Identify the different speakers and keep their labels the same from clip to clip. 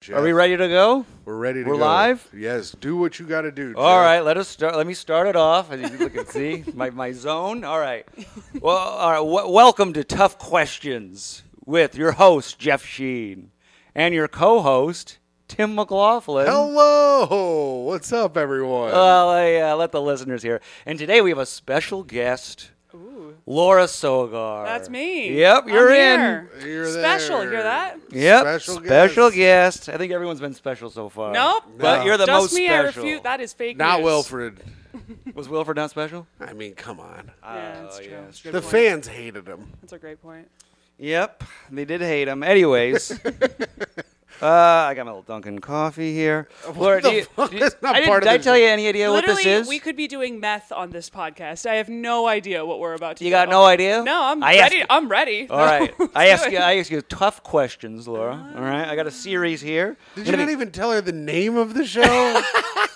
Speaker 1: Jeff.
Speaker 2: Are we ready to go?
Speaker 1: We're ready to
Speaker 2: We're
Speaker 1: go.
Speaker 2: live?
Speaker 1: Yes. Do what you got to do.
Speaker 2: All
Speaker 1: Jeff.
Speaker 2: right, let us start. Let me start it off. As you can see my, my zone. All right. Well, all right. W- welcome to Tough Questions with your host Jeff Sheen and your co-host Tim McLaughlin.
Speaker 1: Hello. What's up, everyone?
Speaker 2: Well, I uh, let the listeners hear. And today we have a special guest, Laura Sogar.
Speaker 3: That's me.
Speaker 2: Yep,
Speaker 3: I'm
Speaker 2: you're in.
Speaker 3: here.
Speaker 1: You're
Speaker 3: Special,
Speaker 1: there.
Speaker 3: hear that?
Speaker 2: Yep,
Speaker 1: Special
Speaker 2: special guest. I think everyone's been special so far.
Speaker 3: Nope.
Speaker 2: Uh, but you're the
Speaker 3: Just
Speaker 2: most
Speaker 3: me, I
Speaker 2: special.
Speaker 3: refute. That is fake.
Speaker 1: Not
Speaker 3: news.
Speaker 1: Wilfred.
Speaker 2: Was Wilford not special?
Speaker 1: I mean, come on.
Speaker 3: Yeah, that's true.
Speaker 2: Oh, yeah.
Speaker 3: Good
Speaker 1: The
Speaker 3: point.
Speaker 1: fans hated him.
Speaker 3: That's a great point.
Speaker 2: Yep, they did hate him. Anyways, uh, I got my little Dunkin' coffee here. Laura,
Speaker 1: the
Speaker 2: do you,
Speaker 1: fuck?
Speaker 2: do you-
Speaker 1: That's not
Speaker 2: I didn't-
Speaker 1: part of
Speaker 2: did I
Speaker 1: the-
Speaker 2: tell you any idea
Speaker 3: Literally,
Speaker 2: what this is?
Speaker 3: we could be doing meth on this podcast. I have no idea what we're about to.
Speaker 2: you
Speaker 3: do.
Speaker 2: got no idea?
Speaker 3: No, I'm
Speaker 2: I asked
Speaker 3: ready.
Speaker 2: you-
Speaker 3: I'm ready.
Speaker 2: All right,
Speaker 3: Let's
Speaker 2: I
Speaker 3: do
Speaker 2: ask
Speaker 3: it.
Speaker 2: you. I ask you tough questions, Laura. All right, I got a series here.
Speaker 1: Did
Speaker 2: Gonna
Speaker 1: you not
Speaker 2: be-
Speaker 1: even tell her the name of the show?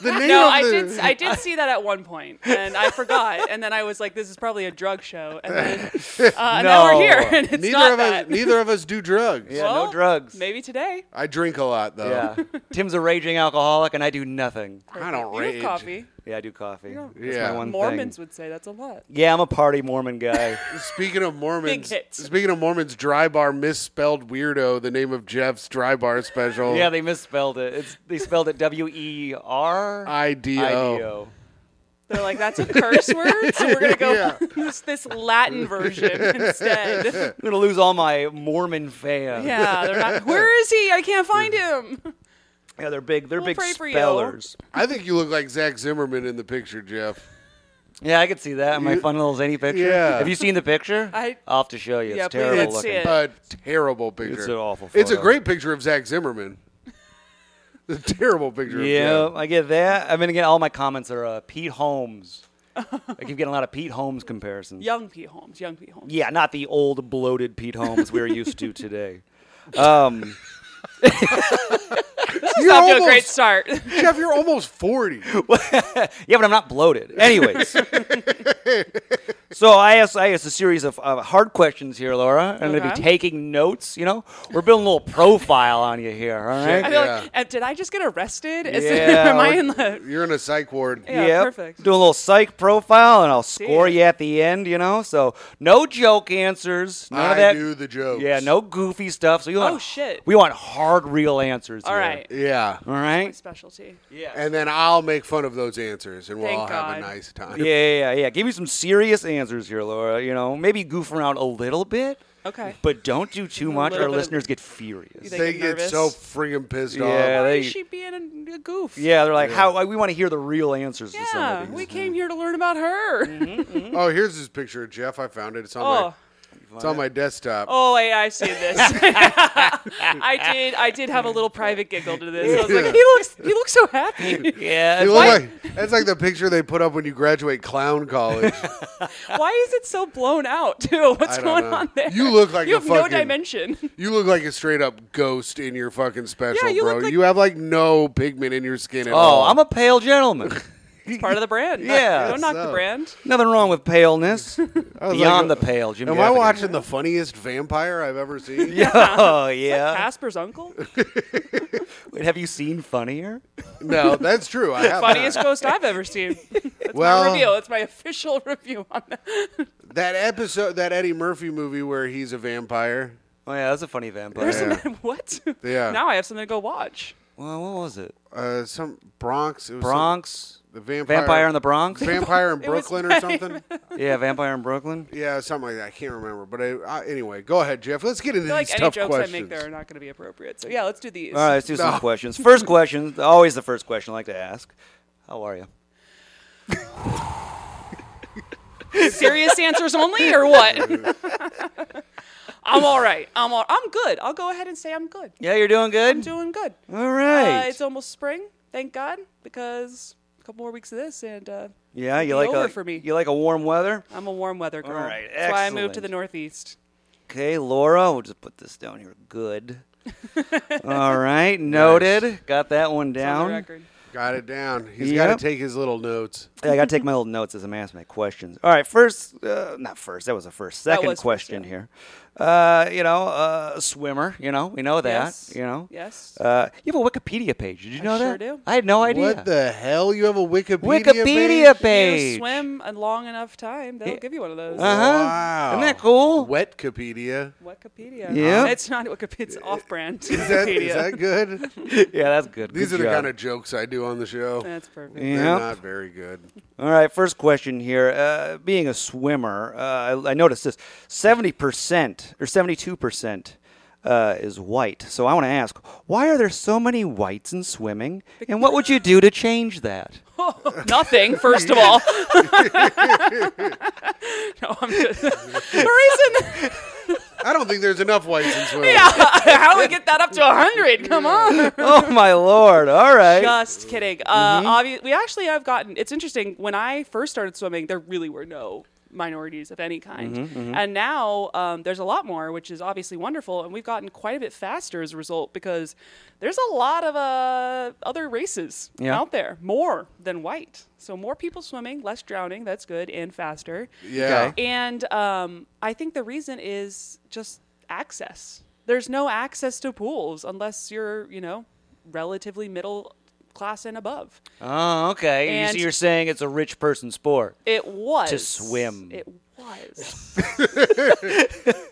Speaker 1: the name
Speaker 3: No,
Speaker 1: of
Speaker 3: I
Speaker 1: the
Speaker 3: did. I did see that at one point, and I forgot. And then I was like, "This is probably a drug show." And then uh, now
Speaker 2: No.
Speaker 3: we're here, and it's
Speaker 1: neither
Speaker 3: not
Speaker 1: of
Speaker 3: that.
Speaker 1: us neither of us do drugs.
Speaker 2: Yeah, no
Speaker 3: Well,
Speaker 2: drugs.
Speaker 3: Maybe today.
Speaker 1: I drink a lot though.
Speaker 2: Yeah, Tim's a raging alcoholic, and I do nothing.
Speaker 1: I don't
Speaker 3: you
Speaker 1: rage.
Speaker 3: Have coffee.
Speaker 2: Yeah, I do coffee. That's
Speaker 1: Yeah.
Speaker 2: my one
Speaker 3: Mormons
Speaker 2: thing.
Speaker 3: would say that's a lot.
Speaker 2: Yeah, I'm a party Mormon guy.
Speaker 1: Speaking of Mormons,
Speaker 3: Big hits.
Speaker 1: speaking of Mormons, Dry Bar misspelled weirdo. The name of Jeff's Dry Bar special.
Speaker 2: yeah, they misspelled it. It's, they spelled it W E R
Speaker 1: I D O.
Speaker 2: IDO.
Speaker 3: They're like, that's a curse word, so we're gonna go
Speaker 1: Yeah.
Speaker 3: use this Latin version instead.
Speaker 2: I'm gonna lose all my Mormon fans.
Speaker 3: yeah, they're not. Where is he? I can't find him.
Speaker 2: Yeah, they're big. They're
Speaker 3: We'll
Speaker 2: big
Speaker 3: pray for you.
Speaker 2: spellers.
Speaker 1: I think you look like Zach Zimmerman in the picture, Jeff.
Speaker 2: Yeah, I could see that in my
Speaker 1: You-
Speaker 2: fun little zany picture.
Speaker 1: Yeah.
Speaker 2: Have you seen the picture?
Speaker 3: I-
Speaker 2: will have to show you.
Speaker 3: Yeah,
Speaker 2: it's
Speaker 3: please
Speaker 2: terrible
Speaker 3: let's
Speaker 2: looking.
Speaker 3: see it.
Speaker 1: A terrible picture.
Speaker 2: It's an awful
Speaker 1: It's a
Speaker 2: photo.
Speaker 1: great picture of Zach Zimmerman. a terrible picture.
Speaker 2: Yeah,
Speaker 1: Of Jeff.
Speaker 2: I get that. I mean, again, all my comments are uh, Pete Holmes. I keep getting a lot of Pete Holmes comparisons.
Speaker 3: Young Pete Holmes. Young Pete Holmes.
Speaker 2: Yeah, not the old bloated Pete Holmes we're used to today. Um,
Speaker 1: You're
Speaker 3: Off to a
Speaker 1: almost,
Speaker 3: great start.
Speaker 1: Jeff, you're almost forty.
Speaker 2: yeah, but I'm not bloated. Anyways. So I asked, I asked a series of uh, hard questions here, Laura. I'm going to
Speaker 3: Okay.
Speaker 2: be taking notes. You know, we're building a little profile on you here. All
Speaker 1: Shit.
Speaker 2: right.
Speaker 3: I feel
Speaker 1: Yeah.
Speaker 3: like, uh, did I just get arrested? Is
Speaker 2: Yeah,
Speaker 3: am I
Speaker 2: or-
Speaker 3: in the?
Speaker 1: You're in a psych ward.
Speaker 3: Yeah,
Speaker 2: Yep.
Speaker 3: perfect.
Speaker 2: Do a little psych profile, and I'll score
Speaker 3: Damn.
Speaker 2: you at the end. You know, so no joke answers. None
Speaker 1: I
Speaker 2: of that.
Speaker 1: do the jokes.
Speaker 2: Yeah, no goofy stuff. So you
Speaker 3: Oh,
Speaker 2: want
Speaker 3: shit.
Speaker 2: We want hard, real answers.
Speaker 3: All
Speaker 2: here.
Speaker 3: right.
Speaker 1: Yeah.
Speaker 2: All right.
Speaker 3: Specialty.
Speaker 2: Yeah.
Speaker 1: And then I'll make fun of those answers, and we'll
Speaker 3: Thank
Speaker 1: all have a
Speaker 3: God.
Speaker 1: nice time.
Speaker 2: Yeah, yeah, yeah. Give me some serious answers here, Laura. You know, maybe goof around a little bit,
Speaker 3: Okay.
Speaker 2: but don't do too much.
Speaker 3: little
Speaker 2: Our
Speaker 3: bit of-
Speaker 2: listeners get furious.
Speaker 3: They
Speaker 1: They
Speaker 3: get
Speaker 1: get
Speaker 3: nervous.
Speaker 1: so friggin' pissed
Speaker 2: Yeah,
Speaker 1: off.
Speaker 3: Why
Speaker 2: they-
Speaker 3: is she being a, a goof?
Speaker 2: Yeah, they're like, how we want to hear the real answers to some
Speaker 3: Yeah,
Speaker 2: of these.
Speaker 3: we came here to learn about her.
Speaker 2: Mm-hmm.
Speaker 1: Oh, here's his picture of Jeff. I found it. It's on
Speaker 3: Oh.
Speaker 1: my it's on my desktop.
Speaker 3: Oh, I, I've seen this. I did. I did have a little private giggle to this. I was
Speaker 1: Yeah.
Speaker 3: like, he looks. He looks so happy.
Speaker 2: yeah,
Speaker 1: You
Speaker 2: it's
Speaker 1: look
Speaker 2: like-
Speaker 1: like- that's like the picture they put up when you graduate clown college.
Speaker 3: Why is it so blown out too? What's
Speaker 1: I don't
Speaker 3: going
Speaker 1: know.
Speaker 3: on there?
Speaker 1: You look like
Speaker 3: you
Speaker 1: a
Speaker 3: have no
Speaker 1: fucking-
Speaker 3: dimension.
Speaker 1: you look like a straight up ghost in your fucking special,
Speaker 3: Yeah, you
Speaker 1: bro.
Speaker 3: look like-
Speaker 1: you have like no pigment in your skin at all.
Speaker 2: oh, I'm a pale gentleman.
Speaker 3: It's part of the brand.
Speaker 2: Yeah,
Speaker 3: don't knock
Speaker 1: so.
Speaker 3: the brand.
Speaker 2: Nothing wrong with paleness.
Speaker 1: was
Speaker 2: Beyond
Speaker 1: like, uh,
Speaker 2: the pale, Jim.
Speaker 1: Am I
Speaker 2: Gaffigan.
Speaker 1: watching the funniest vampire I've ever seen?
Speaker 2: oh yeah.
Speaker 3: Casper's uncle,
Speaker 2: Wait, have you seen funnier?
Speaker 1: no, that's true. I have
Speaker 3: funniest ghost I've ever seen. That's
Speaker 1: Well- um,
Speaker 3: my review. That's my official review on that.
Speaker 1: that episode, that Eddie Murphy movie where he's a vampire.
Speaker 2: Oh yeah, that's a funny vampire.
Speaker 3: There's
Speaker 1: Yeah.
Speaker 3: some, what?
Speaker 1: Yeah.
Speaker 3: Now I have something to go watch.
Speaker 2: well, what was it?
Speaker 1: Uh, some Bronx. It was some-
Speaker 2: Bronx.
Speaker 1: the vampire.
Speaker 2: Vampire in the Bronx.
Speaker 1: Vampire in
Speaker 3: It was
Speaker 1: Brooklyn or something.
Speaker 2: yeah, vampire in Brooklyn.
Speaker 1: Yeah, something like that. I can't remember. But I, I, anyway, go ahead, Jeff. Let's get into
Speaker 3: I feel
Speaker 1: these
Speaker 3: like any
Speaker 1: tough
Speaker 3: jokes
Speaker 1: questions.
Speaker 3: I make there are not going to be appropriate. So yeah, let's do these.
Speaker 2: All right, let's do some
Speaker 1: No.
Speaker 2: questions. First question, always the first question I like to ask. How are you?
Speaker 3: serious answers only or what? I'm all right. I'm all, I'm good. I'll go ahead and say I'm good.
Speaker 2: Yeah, you're doing good.
Speaker 3: I'm doing good.
Speaker 2: All right.
Speaker 3: Uh, it's almost spring, thank God, because a couple more weeks of this and uh,
Speaker 2: yeah,
Speaker 3: it'll
Speaker 2: you
Speaker 3: be
Speaker 2: like
Speaker 3: over
Speaker 2: a
Speaker 3: for me.
Speaker 2: you like a warm weather.
Speaker 3: I'm a warm weather girl.
Speaker 2: right,
Speaker 3: That's why I moved to
Speaker 2: excellent.
Speaker 3: the Northeast.
Speaker 2: Okay, Laura, we'll just put this down here. Good. All right, noted. Got that one
Speaker 3: It's on the
Speaker 2: down.
Speaker 3: record.
Speaker 1: Got it down. He's got
Speaker 2: Yep.
Speaker 1: to take his little notes.
Speaker 2: Yeah, I got to take my little notes as I'm asking my questions. All right, first, uh, not first, that was the first.
Speaker 3: That
Speaker 2: Second
Speaker 3: was first,
Speaker 2: question
Speaker 3: yeah.
Speaker 2: here. Uh, you know, uh, swimmer. You know, we know that.
Speaker 3: Yes.
Speaker 2: You know.
Speaker 3: Yes.
Speaker 2: Uh, you have a Wikipedia page. Did you know
Speaker 3: sure
Speaker 2: that?
Speaker 3: do.
Speaker 2: I had no idea.
Speaker 1: What the hell? You have a Wikipedia.
Speaker 2: Wikipedia
Speaker 1: page?
Speaker 2: page.
Speaker 3: You swim a long enough time, they'll give you one of those.
Speaker 2: Uh huh.
Speaker 1: Wow.
Speaker 2: Isn't that cool?
Speaker 1: Wikipedia.
Speaker 3: Wikipedia.
Speaker 2: Yeah.
Speaker 3: It's not Wikipedia. It's off-brand.
Speaker 1: Uh, Is that,
Speaker 3: Wikipedia.
Speaker 1: is that good?
Speaker 2: yeah, that's good.
Speaker 1: These
Speaker 2: Good
Speaker 1: are the
Speaker 2: job.
Speaker 1: kind of jokes I do on the show.
Speaker 3: That's perfect.
Speaker 1: They're
Speaker 2: Yep.
Speaker 1: not very good.
Speaker 2: All right, first question here. Uh, being a swimmer, uh, I, I noticed this: seventy percent or seventy-two percent uh, is white. So I want to ask, why are there so many whites in swimming, and what would you do to change that?
Speaker 3: Nothing, first of all. no, I'm just. the reason.
Speaker 1: I don't think there's enough whites in swimming.
Speaker 3: How do we get that up to 100? Come on.
Speaker 2: oh my lord! All right. Mm-hmm.
Speaker 3: Just kidding. Uh, obvi- we actually have gotten. It's interesting. When I first started swimming, there really were no minorities of any kind,
Speaker 2: Mm-hmm,
Speaker 3: and now um, there's a lot more, which is obviously wonderful. And we've gotten quite a bit faster as a result because there's a lot of uh, other races
Speaker 2: Yeah.
Speaker 3: out there, more than white. So more people swimming, less drowning. That's good and faster.
Speaker 1: Yeah.
Speaker 2: Okay.
Speaker 3: And um, I think the reason is just access. There's no access to pools unless you're, you know, relatively middle class and above.
Speaker 2: Oh, okay. You- so
Speaker 3: And-
Speaker 2: you're saying it's a rich person sport.
Speaker 3: It was
Speaker 2: To swim.
Speaker 3: It was.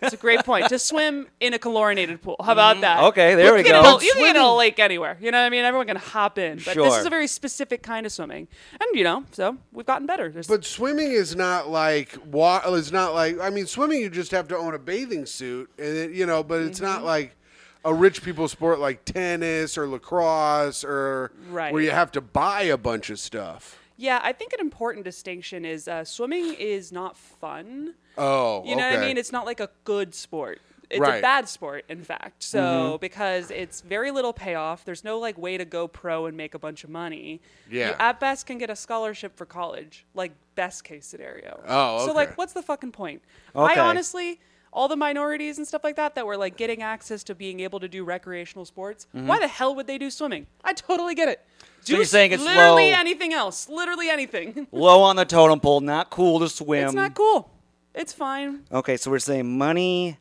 Speaker 3: It's a great point. To swim in a chlorinated pool. How about that?
Speaker 2: Mm. Okay, there
Speaker 3: You
Speaker 2: we
Speaker 3: can get
Speaker 2: go.
Speaker 3: in a- You can get in a lake anywhere. You know what I mean? Everyone can hop in. But this
Speaker 2: Sure.
Speaker 3: is a very specific kind of swimming. And you know, so we've gotten better. There's
Speaker 1: But swimming is not like wa- It's not like I mean, swimming you just have to own a bathing suit, and it, you know. But it's
Speaker 3: Mm-hmm.
Speaker 1: not like a rich people sport like tennis or lacrosse or
Speaker 3: Right.
Speaker 1: where you have to buy a bunch of stuff.
Speaker 3: Yeah, I think an important distinction is uh, swimming is not fun.
Speaker 1: Oh,
Speaker 3: You know what
Speaker 1: okay.
Speaker 3: I mean? It's not like a good sport. It's
Speaker 1: Right. Mm-hmm.
Speaker 3: a bad sport, in fact. So because it's very little payoff, there's no like way to go pro and make a bunch of money.
Speaker 1: Yeah.
Speaker 3: You at best can get a scholarship for college, like best case scenario.
Speaker 1: Oh,
Speaker 3: So
Speaker 1: okay.
Speaker 3: like, what's the fucking point?
Speaker 2: Okay.
Speaker 3: I honestly. All the minorities and stuff like that that were like getting access to being able to do recreational sports.
Speaker 1: Mm-hmm.
Speaker 3: Why the hell would they do swimming? I totally get it. Do
Speaker 2: you're saying it's
Speaker 3: literally
Speaker 2: low-
Speaker 3: anything else? Literally anything.
Speaker 2: Low on the totem pole. Not cool to swim.
Speaker 3: It's not cool. It's fine.
Speaker 2: Okay, so we're saying money,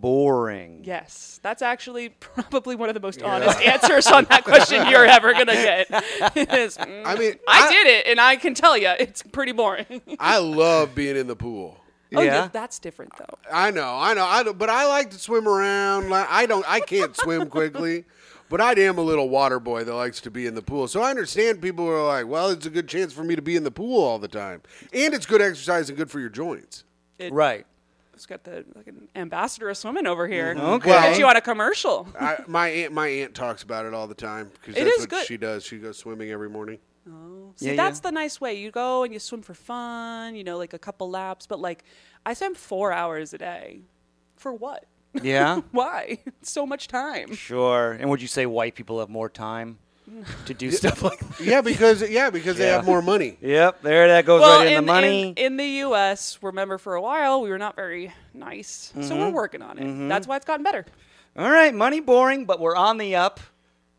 Speaker 2: boring.
Speaker 3: Yes, that's actually probably one of the most honest answers on that question you're ever gonna get. It is, mm,
Speaker 1: I mean,
Speaker 3: I did it, and I can tell you, it's pretty boring.
Speaker 1: I love being in the pool.
Speaker 3: Oh,
Speaker 2: Yeah.
Speaker 3: yeah, that's different though.
Speaker 1: I know, I know, I don't, but I like to swim around. Like, I don't, I can't swim quickly, but I am a little water boy that likes to be in the pool. So I understand people who are like, well, it's a good chance for me to be in the pool all the time, and it's good exercise and good for your joints.
Speaker 3: It,
Speaker 2: Right.
Speaker 3: It's got the like an ambassador of swimming over here.
Speaker 2: Okay.
Speaker 3: Look at you on a commercial.
Speaker 1: I, my aunt, my aunt talks about it all the time because
Speaker 3: It
Speaker 1: that's
Speaker 3: is
Speaker 1: what
Speaker 3: good.
Speaker 1: she does. She goes swimming every morning.
Speaker 3: See,
Speaker 2: Yeah, yeah.
Speaker 3: that's the nice way. You go and you swim for fun. You know, like a couple laps. But like, I swim four hours a day. For what?
Speaker 2: Yeah.
Speaker 3: Why? so much time.
Speaker 2: Sure. And would you say white people have more time to do stuff like that?
Speaker 1: Yeah, because yeah, because they
Speaker 2: Yeah.
Speaker 1: have more money.
Speaker 2: Yep, there that goes
Speaker 3: well,
Speaker 2: right in, the money.
Speaker 3: In, in the U.S., remember for a while we were not very nice, so
Speaker 2: Mm-hmm.
Speaker 3: we're working on it. That's why it's gotten better.
Speaker 2: All right, money boring, but we're on the up.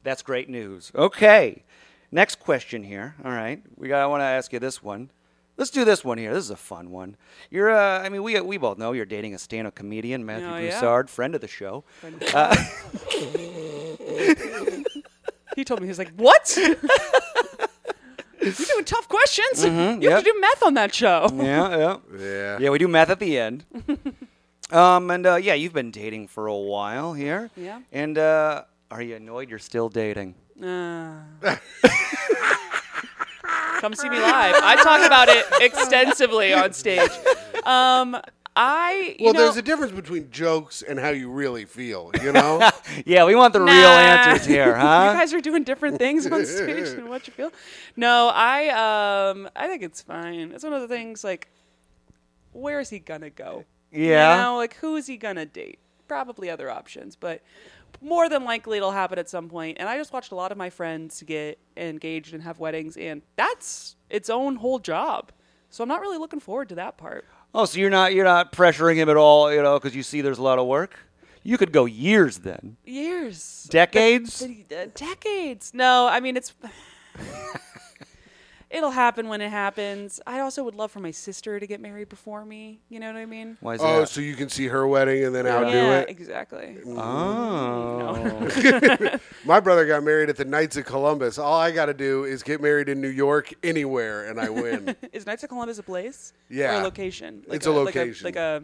Speaker 2: That's great news. Okay. Next question here. All right. We got I want to ask you this one. Let's do this one here. This is a fun one. You're uh, I mean we we both know you're dating a stand-up comedian, Matthew
Speaker 3: Oh, yeah.
Speaker 2: Broussard, friend of the show. Uh,
Speaker 3: He told me he's like, "What? You're doing tough questions. you have
Speaker 2: Mm-hmm, yep.
Speaker 3: to do math on that show."
Speaker 2: yeah, yeah.
Speaker 1: Yeah.
Speaker 2: Yeah, we do math at the end. um, and uh, yeah, you've been dating for a while here.
Speaker 3: Yeah.
Speaker 2: And uh, are you annoyed you're still dating? Mm-hmm.
Speaker 3: Ah. Come see me live. I talk about it extensively on stage. Um, I you
Speaker 1: Well,
Speaker 3: know,
Speaker 1: there's a difference between jokes and how you really feel. You know,
Speaker 2: Yeah, we want the real
Speaker 3: Nah.
Speaker 2: answers here, huh?
Speaker 3: you guys are doing different things on stage and what you feel. No, I um I think it's fine. It's one of the things like where is he gonna go?
Speaker 2: Yeah.
Speaker 3: You know, like who is he gonna date? Probably other options, but more than likely it'll happen at some point. And I just watched a lot of my friends get engaged and have weddings and that's its own whole job. So I'm not really looking forward to that part.
Speaker 2: oh, so you're not you're not pressuring him at all, you know, because you see there's a lot of work. You could go years then,
Speaker 3: Years.
Speaker 2: decades.
Speaker 3: Uh, decades. No, I mean it's. it'll happen when it happens. I also would love for my sister to get married before me. You know what I mean?
Speaker 2: Why is
Speaker 1: Oh,
Speaker 2: that?
Speaker 1: so you can see her wedding and then outdo
Speaker 3: yeah,
Speaker 1: it.
Speaker 3: exactly.
Speaker 2: oh.
Speaker 1: My brother got married at the Knights of Columbus. All I got to do is get married in New York anywhere, and I win.
Speaker 3: Is Knights of Columbus a place? Or
Speaker 1: Yeah.
Speaker 3: a location?
Speaker 1: It's a location.
Speaker 3: Like a,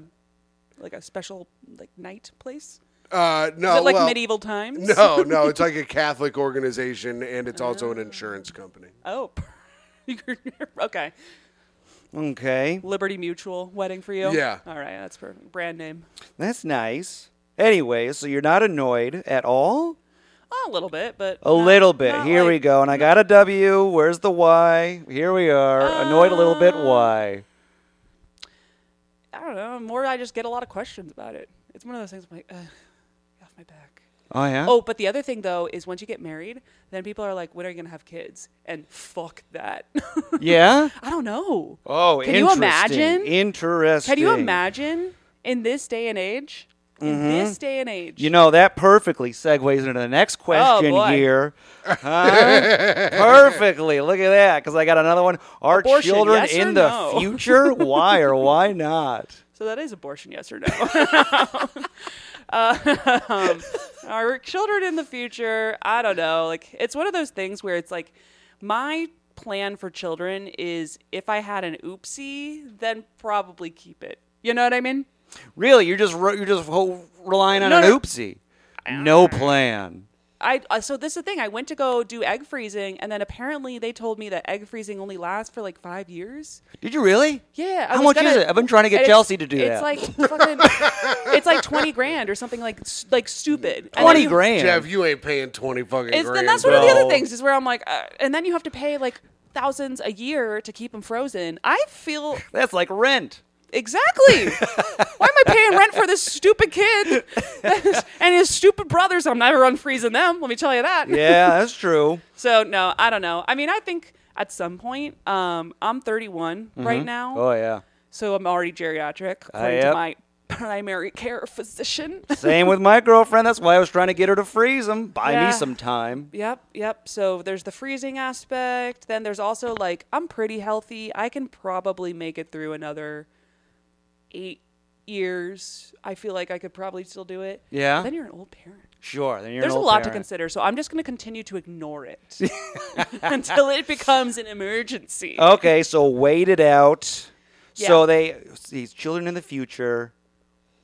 Speaker 3: like a, like a special like night place?
Speaker 1: uh, no,
Speaker 3: Is it like
Speaker 1: well,
Speaker 3: medieval times?
Speaker 1: No, no, it's like a Catholic organization, and it's also an insurance company.
Speaker 3: Oh. okay.
Speaker 2: Okay.
Speaker 3: Liberty Mutual wedding for you?
Speaker 1: Yeah.
Speaker 3: All right. That's perfect. Brand name.
Speaker 2: That's nice. Anyway, so you're not annoyed at all?
Speaker 3: a little bit, but.
Speaker 2: A little bit. Here we go. And I got a W. Where's the Y? Here we are. annoyed a little bit. Why?
Speaker 3: I don't know. More, I just get a lot of questions about it. It's one of those things I'm like, Ugh, get off my back.
Speaker 2: Oh, yeah?
Speaker 3: Oh, but the other thing, though, is once you get married, then people are like, when are you going to have kids? And fuck that.
Speaker 2: Yeah?
Speaker 3: I don't know.
Speaker 2: Oh,
Speaker 3: Can you
Speaker 2: interesting.
Speaker 3: imagine?
Speaker 2: Interesting.
Speaker 3: Can you imagine in this day and age? In
Speaker 2: Mm-hmm.
Speaker 3: this day and age.
Speaker 2: You know, that perfectly segues into the next question
Speaker 3: boy.
Speaker 2: here. Huh? perfectly. Look at that. Because I got another one. Are
Speaker 3: Abortion,
Speaker 2: children
Speaker 3: yes or
Speaker 2: in the
Speaker 3: no?
Speaker 2: future? why or why not?
Speaker 3: So that is abortion, yes or no? Uh, um, our children in the future, I don't know. Like, it's one of those things where it's like, my plan for children is if I had an oopsie, then probably keep it. You know what I mean?
Speaker 2: Really, you're just re- you're just ho- relying on
Speaker 3: No,
Speaker 2: an
Speaker 3: no.
Speaker 2: oopsie. No plan.
Speaker 3: I uh, so this is the thing. I went to go do egg freezing, and then apparently they told me that egg freezing only lasts for like five years.
Speaker 2: Did you really?
Speaker 3: Yeah. I
Speaker 2: How
Speaker 3: was
Speaker 2: much
Speaker 3: gonna-
Speaker 2: is it? I've been trying to get
Speaker 3: and it's-
Speaker 2: Chelsea to do
Speaker 3: it's
Speaker 2: that.
Speaker 3: Like fucking, it's like twenty grand or something like s- like stupid. And then
Speaker 2: twenty
Speaker 3: you-
Speaker 2: grand.
Speaker 1: Jeff, you ain't paying twenty fucking
Speaker 3: It's,
Speaker 1: grand.
Speaker 3: and that's one of the other
Speaker 2: bro.
Speaker 3: things is where I'm like, uh, and then you have to pay like thousands a year to keep them frozen. I feel
Speaker 2: That's like rent.
Speaker 3: exactly. Why am I paying rent for this stupid kid and his stupid brothers? I'm never unfreezing them. Let me tell you that.
Speaker 2: Yeah, that's true.
Speaker 3: So no, I don't know. I mean, I think at some point, um, I'm 31 right now,
Speaker 2: Oh yeah.
Speaker 3: so I'm already geriatric according
Speaker 2: yep.
Speaker 3: to my primary care physician.
Speaker 2: Same with my girlfriend. That's why I was trying to get her to freeze them. Buy
Speaker 3: Yeah.
Speaker 2: me some time.
Speaker 3: Yep, yep. So there's the freezing aspect. Then there's also like I'm pretty healthy. I can probably make it through another eight years. I feel like I could probably still do it.
Speaker 2: Yeah.
Speaker 3: Then you're an old parent.
Speaker 2: Sure. Then you're
Speaker 3: There's
Speaker 2: an
Speaker 3: a
Speaker 2: old
Speaker 3: lot to
Speaker 2: parent.
Speaker 3: consider, so I'm just going to continue to ignore it until it becomes an emergency.
Speaker 2: Okay, so wait it out.
Speaker 3: Yeah.
Speaker 2: So they these children in the future.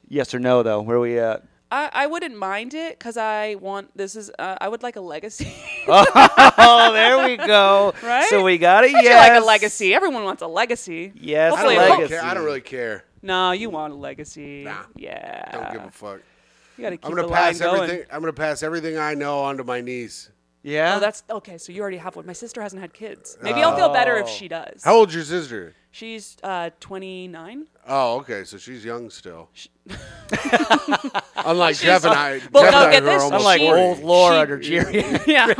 Speaker 2: Yes or no though? Where are we at?
Speaker 3: I, I wouldn't mind it because I want this is uh, I would like a legacy.
Speaker 2: Oh, there we go.
Speaker 3: Right?
Speaker 2: So we got it.
Speaker 3: I feel
Speaker 2: Yes.
Speaker 3: like a legacy. Everyone wants a legacy.
Speaker 2: Yes,
Speaker 1: I don't,
Speaker 3: Hopefully-
Speaker 1: really
Speaker 2: legacy.
Speaker 1: care. I don't really care.
Speaker 3: No, you want a legacy.
Speaker 1: Nah.
Speaker 3: Yeah.
Speaker 1: Don't give a fuck.
Speaker 3: You gotta Uh, keep
Speaker 1: I'm
Speaker 3: the
Speaker 1: gonna pass
Speaker 3: line going.
Speaker 1: everything. I'm gonna pass everything I know onto my niece.
Speaker 2: Yeah.
Speaker 3: Oh, that's okay. So you already have one. My sister hasn't had kids. Maybe I'll feel better if she does.
Speaker 1: Oh. How old's your sister?
Speaker 3: She's uh, 29.
Speaker 1: Oh, okay, so she's young still. Unlike Jeff and I,
Speaker 3: well,
Speaker 1: Jeff
Speaker 3: no,
Speaker 1: and I
Speaker 3: get
Speaker 1: who are
Speaker 3: this,
Speaker 1: almost
Speaker 2: Unlike
Speaker 3: she-
Speaker 1: 40.
Speaker 2: old Laura
Speaker 3: she-
Speaker 2: or Jerry.
Speaker 3: Yeah.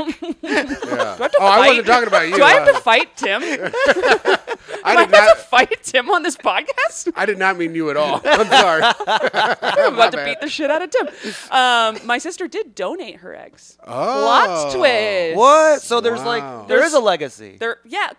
Speaker 1: Yeah. oh, I wasn't talking about you.
Speaker 3: Do I have
Speaker 1: I-
Speaker 3: to fight Tim? Do
Speaker 1: I
Speaker 3: I
Speaker 1: did not.
Speaker 3: have to fight Tim on this podcast?
Speaker 1: I did not mean you at all. I'm sorry.
Speaker 3: I'm about to
Speaker 1: bad.
Speaker 3: beat the shit out of Tim. Um, my sister did donate her eggs.
Speaker 1: Oh.
Speaker 3: Lots twist.
Speaker 2: what? So there's
Speaker 1: Wow.
Speaker 2: like there is a legacy.
Speaker 3: There, yeah,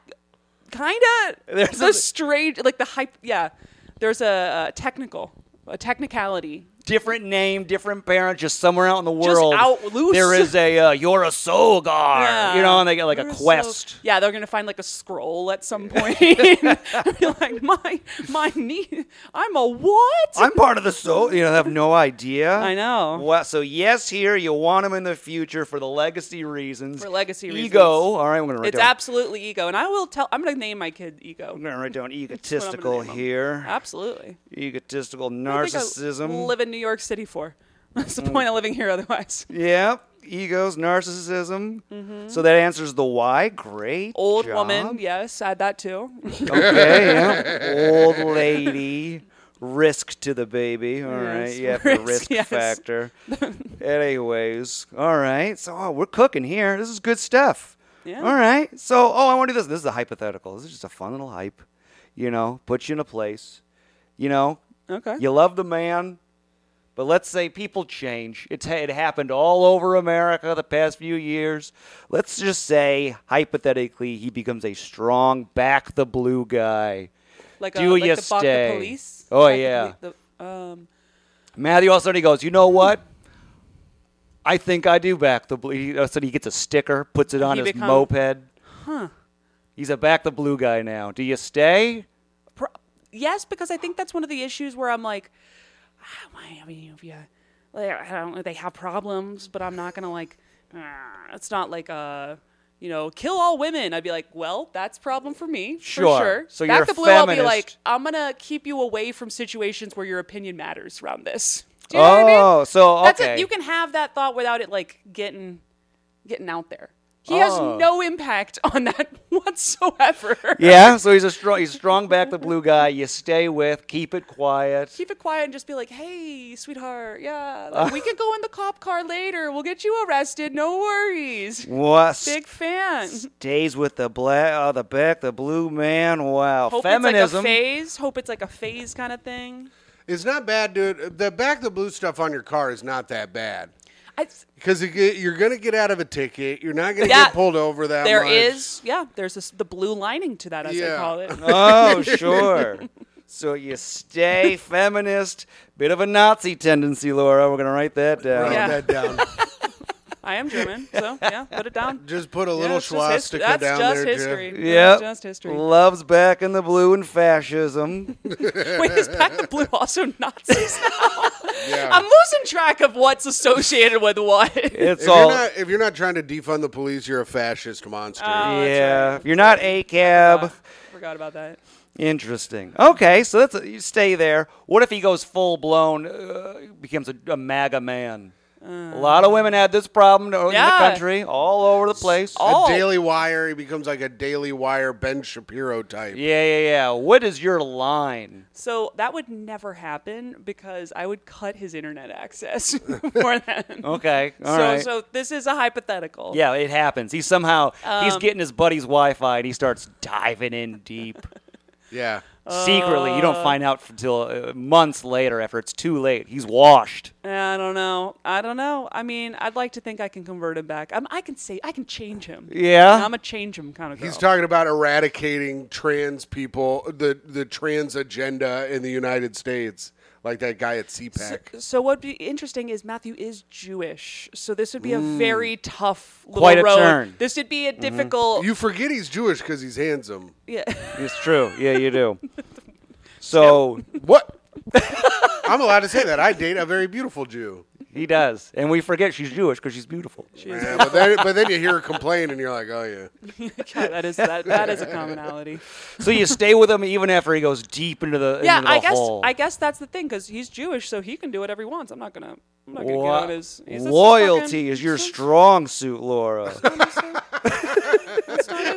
Speaker 3: kind of.
Speaker 2: There's
Speaker 3: the
Speaker 2: a-
Speaker 3: strange, like the hype. Yeah, there's a, a technical, a technicality
Speaker 2: different name, different parent, just somewhere out in the world.
Speaker 3: out loose.
Speaker 2: There is a uh, you're a Solgar,
Speaker 3: Yeah.
Speaker 2: you know, and they get like
Speaker 3: We're
Speaker 2: a
Speaker 3: so-
Speaker 2: quest.
Speaker 3: yeah, they're gonna find like a scroll at some point. You're like, my my knee, I'm a what?
Speaker 2: I'm part of the soul. You know, they have no idea.
Speaker 3: I know.
Speaker 2: What? So yes, here you want them in the future for the legacy reasons.
Speaker 3: For legacy
Speaker 2: ego.
Speaker 3: reasons.
Speaker 2: All right, I'm gonna write
Speaker 3: it's
Speaker 2: down.
Speaker 3: absolutely ego, and I will tell. I'm gonna name my kid ego.
Speaker 2: I'm gonna write down egotistical
Speaker 3: name 'em.
Speaker 2: here.
Speaker 3: Absolutely.
Speaker 2: Egotistical
Speaker 3: What do you think I
Speaker 2: narcissism. Mm.
Speaker 3: live in New York City for. What's the point of living here otherwise?
Speaker 2: Yep. Egos, narcissism. So that answers the why. Great.
Speaker 3: Mm-hmm. Old
Speaker 2: job.
Speaker 3: woman, yes, add that too.
Speaker 2: Okay, yeah. Old lady. Risk to the baby. All right.
Speaker 3: Yes,
Speaker 2: Yeah,
Speaker 3: risk,
Speaker 2: the risk
Speaker 3: yes.
Speaker 2: factor. Anyways. All right. So oh, we're cooking here. This is good stuff.
Speaker 3: Yeah.
Speaker 2: All right. So, oh, I want to do this. This is a hypothetical. This is just a fun little hype. You know, put you in a place. You know,
Speaker 3: Okay.
Speaker 2: you love the man, But let's say people change. It's ha- it happened all over America the past few years. Let's just say hypothetically he becomes a strong back the blue guy.
Speaker 3: Like
Speaker 2: Do
Speaker 3: a,
Speaker 2: you
Speaker 3: like the Bach- the
Speaker 2: stay?
Speaker 3: police.
Speaker 2: Oh,
Speaker 3: Like the
Speaker 2: yeah.
Speaker 3: poli- the- um,
Speaker 2: Matthew all of a sudden he goes, you know what? I think I do back the blue. He- All of a sudden he gets a sticker, puts it on
Speaker 3: He
Speaker 2: his
Speaker 3: become-
Speaker 2: moped. Huh. He's a back the blue guy now. Do you stay?
Speaker 3: pro- yes, because I think that's one of the issues where I'm like, ah, why- I mean, if you, like, I don't know, they have problems, but I'm not gonna like, ah, it's not like a. You know, kill all women. I'd be like, well, that's a problem for me,
Speaker 2: Sure.
Speaker 3: for sure.
Speaker 2: So
Speaker 3: Back
Speaker 2: you're a
Speaker 3: the blue, I'll be
Speaker 2: feminist.
Speaker 3: like, I'm gonna keep you away from situations where your opinion matters around this. Do you know what I
Speaker 2: oh,
Speaker 3: mean?
Speaker 2: so okay.
Speaker 3: That's it. You can have that thought without it like getting getting out there. He has
Speaker 2: Oh.
Speaker 3: no impact on that whatsoever.
Speaker 2: yeah, so he's a strong, he's a strong back the blue guy. You stay with, keep it quiet.
Speaker 3: Keep it quiet and just be like, "Hey, sweetheart, yeah, like, we could go in the cop car later. We'll get you arrested. No worries."
Speaker 2: What
Speaker 3: Big fan.
Speaker 2: stays with the black, uh, the back, the blue man? Wow,
Speaker 3: Hope it's like
Speaker 2: feminism.
Speaker 3: a phase. Hope it's like a phase kind of thing.
Speaker 1: It's not bad, dude. The back the blue stuff on your car is not that bad.
Speaker 3: I,
Speaker 1: Because you're going to get out of a ticket. You're not going to
Speaker 3: Yeah.
Speaker 1: get pulled over that
Speaker 3: there
Speaker 1: much.
Speaker 3: is, yeah, there's this, the blue lining to that, as I
Speaker 1: Yeah.
Speaker 3: call it.
Speaker 2: oh, sure. So you stay feminist, bit of a Nazi tendency, Laura. We're gonna write that down.
Speaker 1: Write
Speaker 3: Yeah.
Speaker 1: that down.
Speaker 3: I am German, so yeah, put it down.
Speaker 1: Just put a
Speaker 3: Yeah,
Speaker 1: little
Speaker 3: it's just hist-
Speaker 1: swastika
Speaker 3: That's
Speaker 1: down
Speaker 3: just
Speaker 1: there,
Speaker 3: history.
Speaker 1: Jeff.
Speaker 2: Yep.
Speaker 3: That's just history.
Speaker 2: Loves back in the blue and fascism.
Speaker 3: Wait, is Back the Blue also Nazis now?
Speaker 1: Yeah.
Speaker 3: I'm losing track of what's associated with what.
Speaker 2: It's
Speaker 1: if,
Speaker 2: all.
Speaker 1: you're not, if you're not trying to defund the police, you're a fascist monster.
Speaker 3: Oh, that's
Speaker 2: yeah,
Speaker 3: right.
Speaker 2: if you're not a cab.
Speaker 3: Forgot about that.
Speaker 2: Interesting. Okay, so that's you stay there. What if he goes full blown, uh, becomes a, a MAGA man? a lot of women had this problem in
Speaker 3: Uh. Yeah.
Speaker 2: the country, all over the place.
Speaker 3: All-
Speaker 1: a Daily Wire. He becomes like a Daily Wire Ben Shapiro type.
Speaker 2: yeah, yeah, yeah. What is your line?
Speaker 3: So that would never happen because I would cut his internet access for them.
Speaker 2: Okay, all
Speaker 3: so,
Speaker 2: right.
Speaker 3: so this is a hypothetical.
Speaker 2: yeah, it happens. He somehow
Speaker 3: Um,
Speaker 2: he's getting his buddy's Wi-Fi and he starts diving in deep
Speaker 1: Yeah.
Speaker 2: secretly. You don't find out until uh, months later after it's too late. He's washed.
Speaker 3: I don't know. I don't know. I mean, I'd like to think I can convert him back. I'm, I can say I can change him.
Speaker 2: Yeah.
Speaker 3: I'm a change him kind of girl.
Speaker 1: He's talking about eradicating trans people, the the trans agenda in the United States, like that guy at CPAC.
Speaker 3: So what'd be interesting is Matthew is Jewish, so this would be a very tough little
Speaker 2: Mm. Quite a
Speaker 3: road.
Speaker 2: turn. Mm-hmm.
Speaker 3: This would be a difficult.
Speaker 1: you forget he's Jewish because he's handsome.
Speaker 3: yeah.
Speaker 2: It's true. Yeah, you do. So
Speaker 1: What? I'm allowed to say that. I date a very beautiful Jew.
Speaker 2: He does, and we forget she's Jewish because she's beautiful.
Speaker 1: Yeah, but, then, but then you hear her complain and you're like, oh, yeah.
Speaker 3: God, that is that, that is a commonality.
Speaker 2: so you stay with him even after he goes deep into the
Speaker 3: yeah,
Speaker 2: Into the
Speaker 3: I guess
Speaker 2: hole.
Speaker 3: I guess that's the thing because he's Jewish, so he can do whatever he wants. I'm not gonna. I'm not gonna
Speaker 2: Wha-
Speaker 3: get on his. he's just
Speaker 2: loyalty
Speaker 3: fucking-
Speaker 2: is your
Speaker 3: it's
Speaker 2: strong suit, Laura.
Speaker 3: not his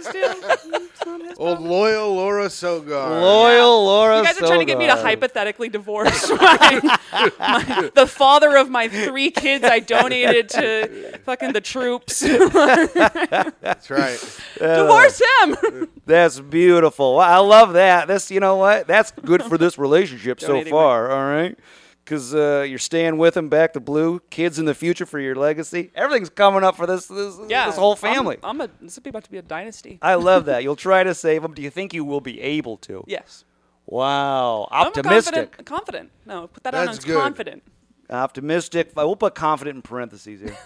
Speaker 3: deal. It's not his
Speaker 1: Old
Speaker 3: problem.
Speaker 1: loyal Laura Sogar.
Speaker 2: Loyal Laura.
Speaker 3: You guys are trying to get me to
Speaker 2: Sogar.
Speaker 3: hypothetically divorce my, my- the father of my three kids I donated to fucking the troops.
Speaker 1: That's right.
Speaker 3: divorce him.
Speaker 2: That's beautiful. Wow, I love that. That's you know what? That's good for this relationship so
Speaker 3: Donating
Speaker 2: far. All right, because uh, you're staying with him back to blue. Kids in the future for your legacy. Everything's coming up for this this,
Speaker 3: yeah,
Speaker 2: this whole
Speaker 3: I'm-
Speaker 2: family.
Speaker 3: I'm, a. This would be about to be a dynasty.
Speaker 2: I love that. You'll try to save him. Do you think you will be able to?
Speaker 3: yes.
Speaker 2: Wow.
Speaker 3: I'm a
Speaker 2: Optimistic.
Speaker 3: confident. Confident. No, put that on.
Speaker 1: That's
Speaker 3: It's
Speaker 1: good.
Speaker 3: confident.
Speaker 2: Optimistic. I will put confident in parentheses here.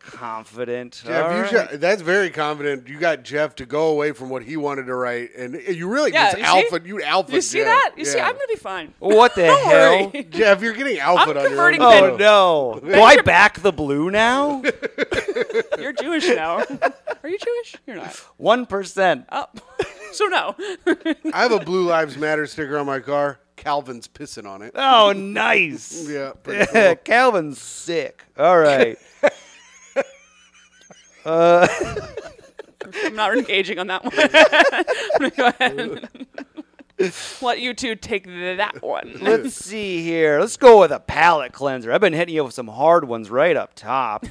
Speaker 2: confident.
Speaker 1: Jeff,
Speaker 2: All
Speaker 1: you
Speaker 2: right.
Speaker 1: should, that's very confident. You got Jeff to go away from what he wanted to write, and you really
Speaker 3: Yeah,
Speaker 1: just
Speaker 3: you see?
Speaker 1: alpha. You alpha.
Speaker 3: You see
Speaker 1: Jeff.
Speaker 3: that? You see,
Speaker 1: Yeah.
Speaker 3: I'm gonna be fine.
Speaker 2: What the
Speaker 3: Don't
Speaker 2: hell?
Speaker 3: worry.
Speaker 1: Jeff, you're getting alpha on your own.
Speaker 3: converting
Speaker 1: show.
Speaker 2: Oh no! Do I back the blue now?
Speaker 3: You're Jewish now. Are you Jewish? You're not.
Speaker 2: One percent.
Speaker 3: Oh. So no.
Speaker 1: I have a Blue Lives Matter sticker on my car. Calvin's pissing on it.
Speaker 2: Oh, nice.
Speaker 1: Yeah, pretty
Speaker 2: Yeah, Calvin's sick. All right.
Speaker 3: I'm not engaging on that one. I'm gonna go ahead. and Let you two take that one.
Speaker 2: Let's see here. Let's go with a palate cleanser. I've been hitting you with some hard ones right up top.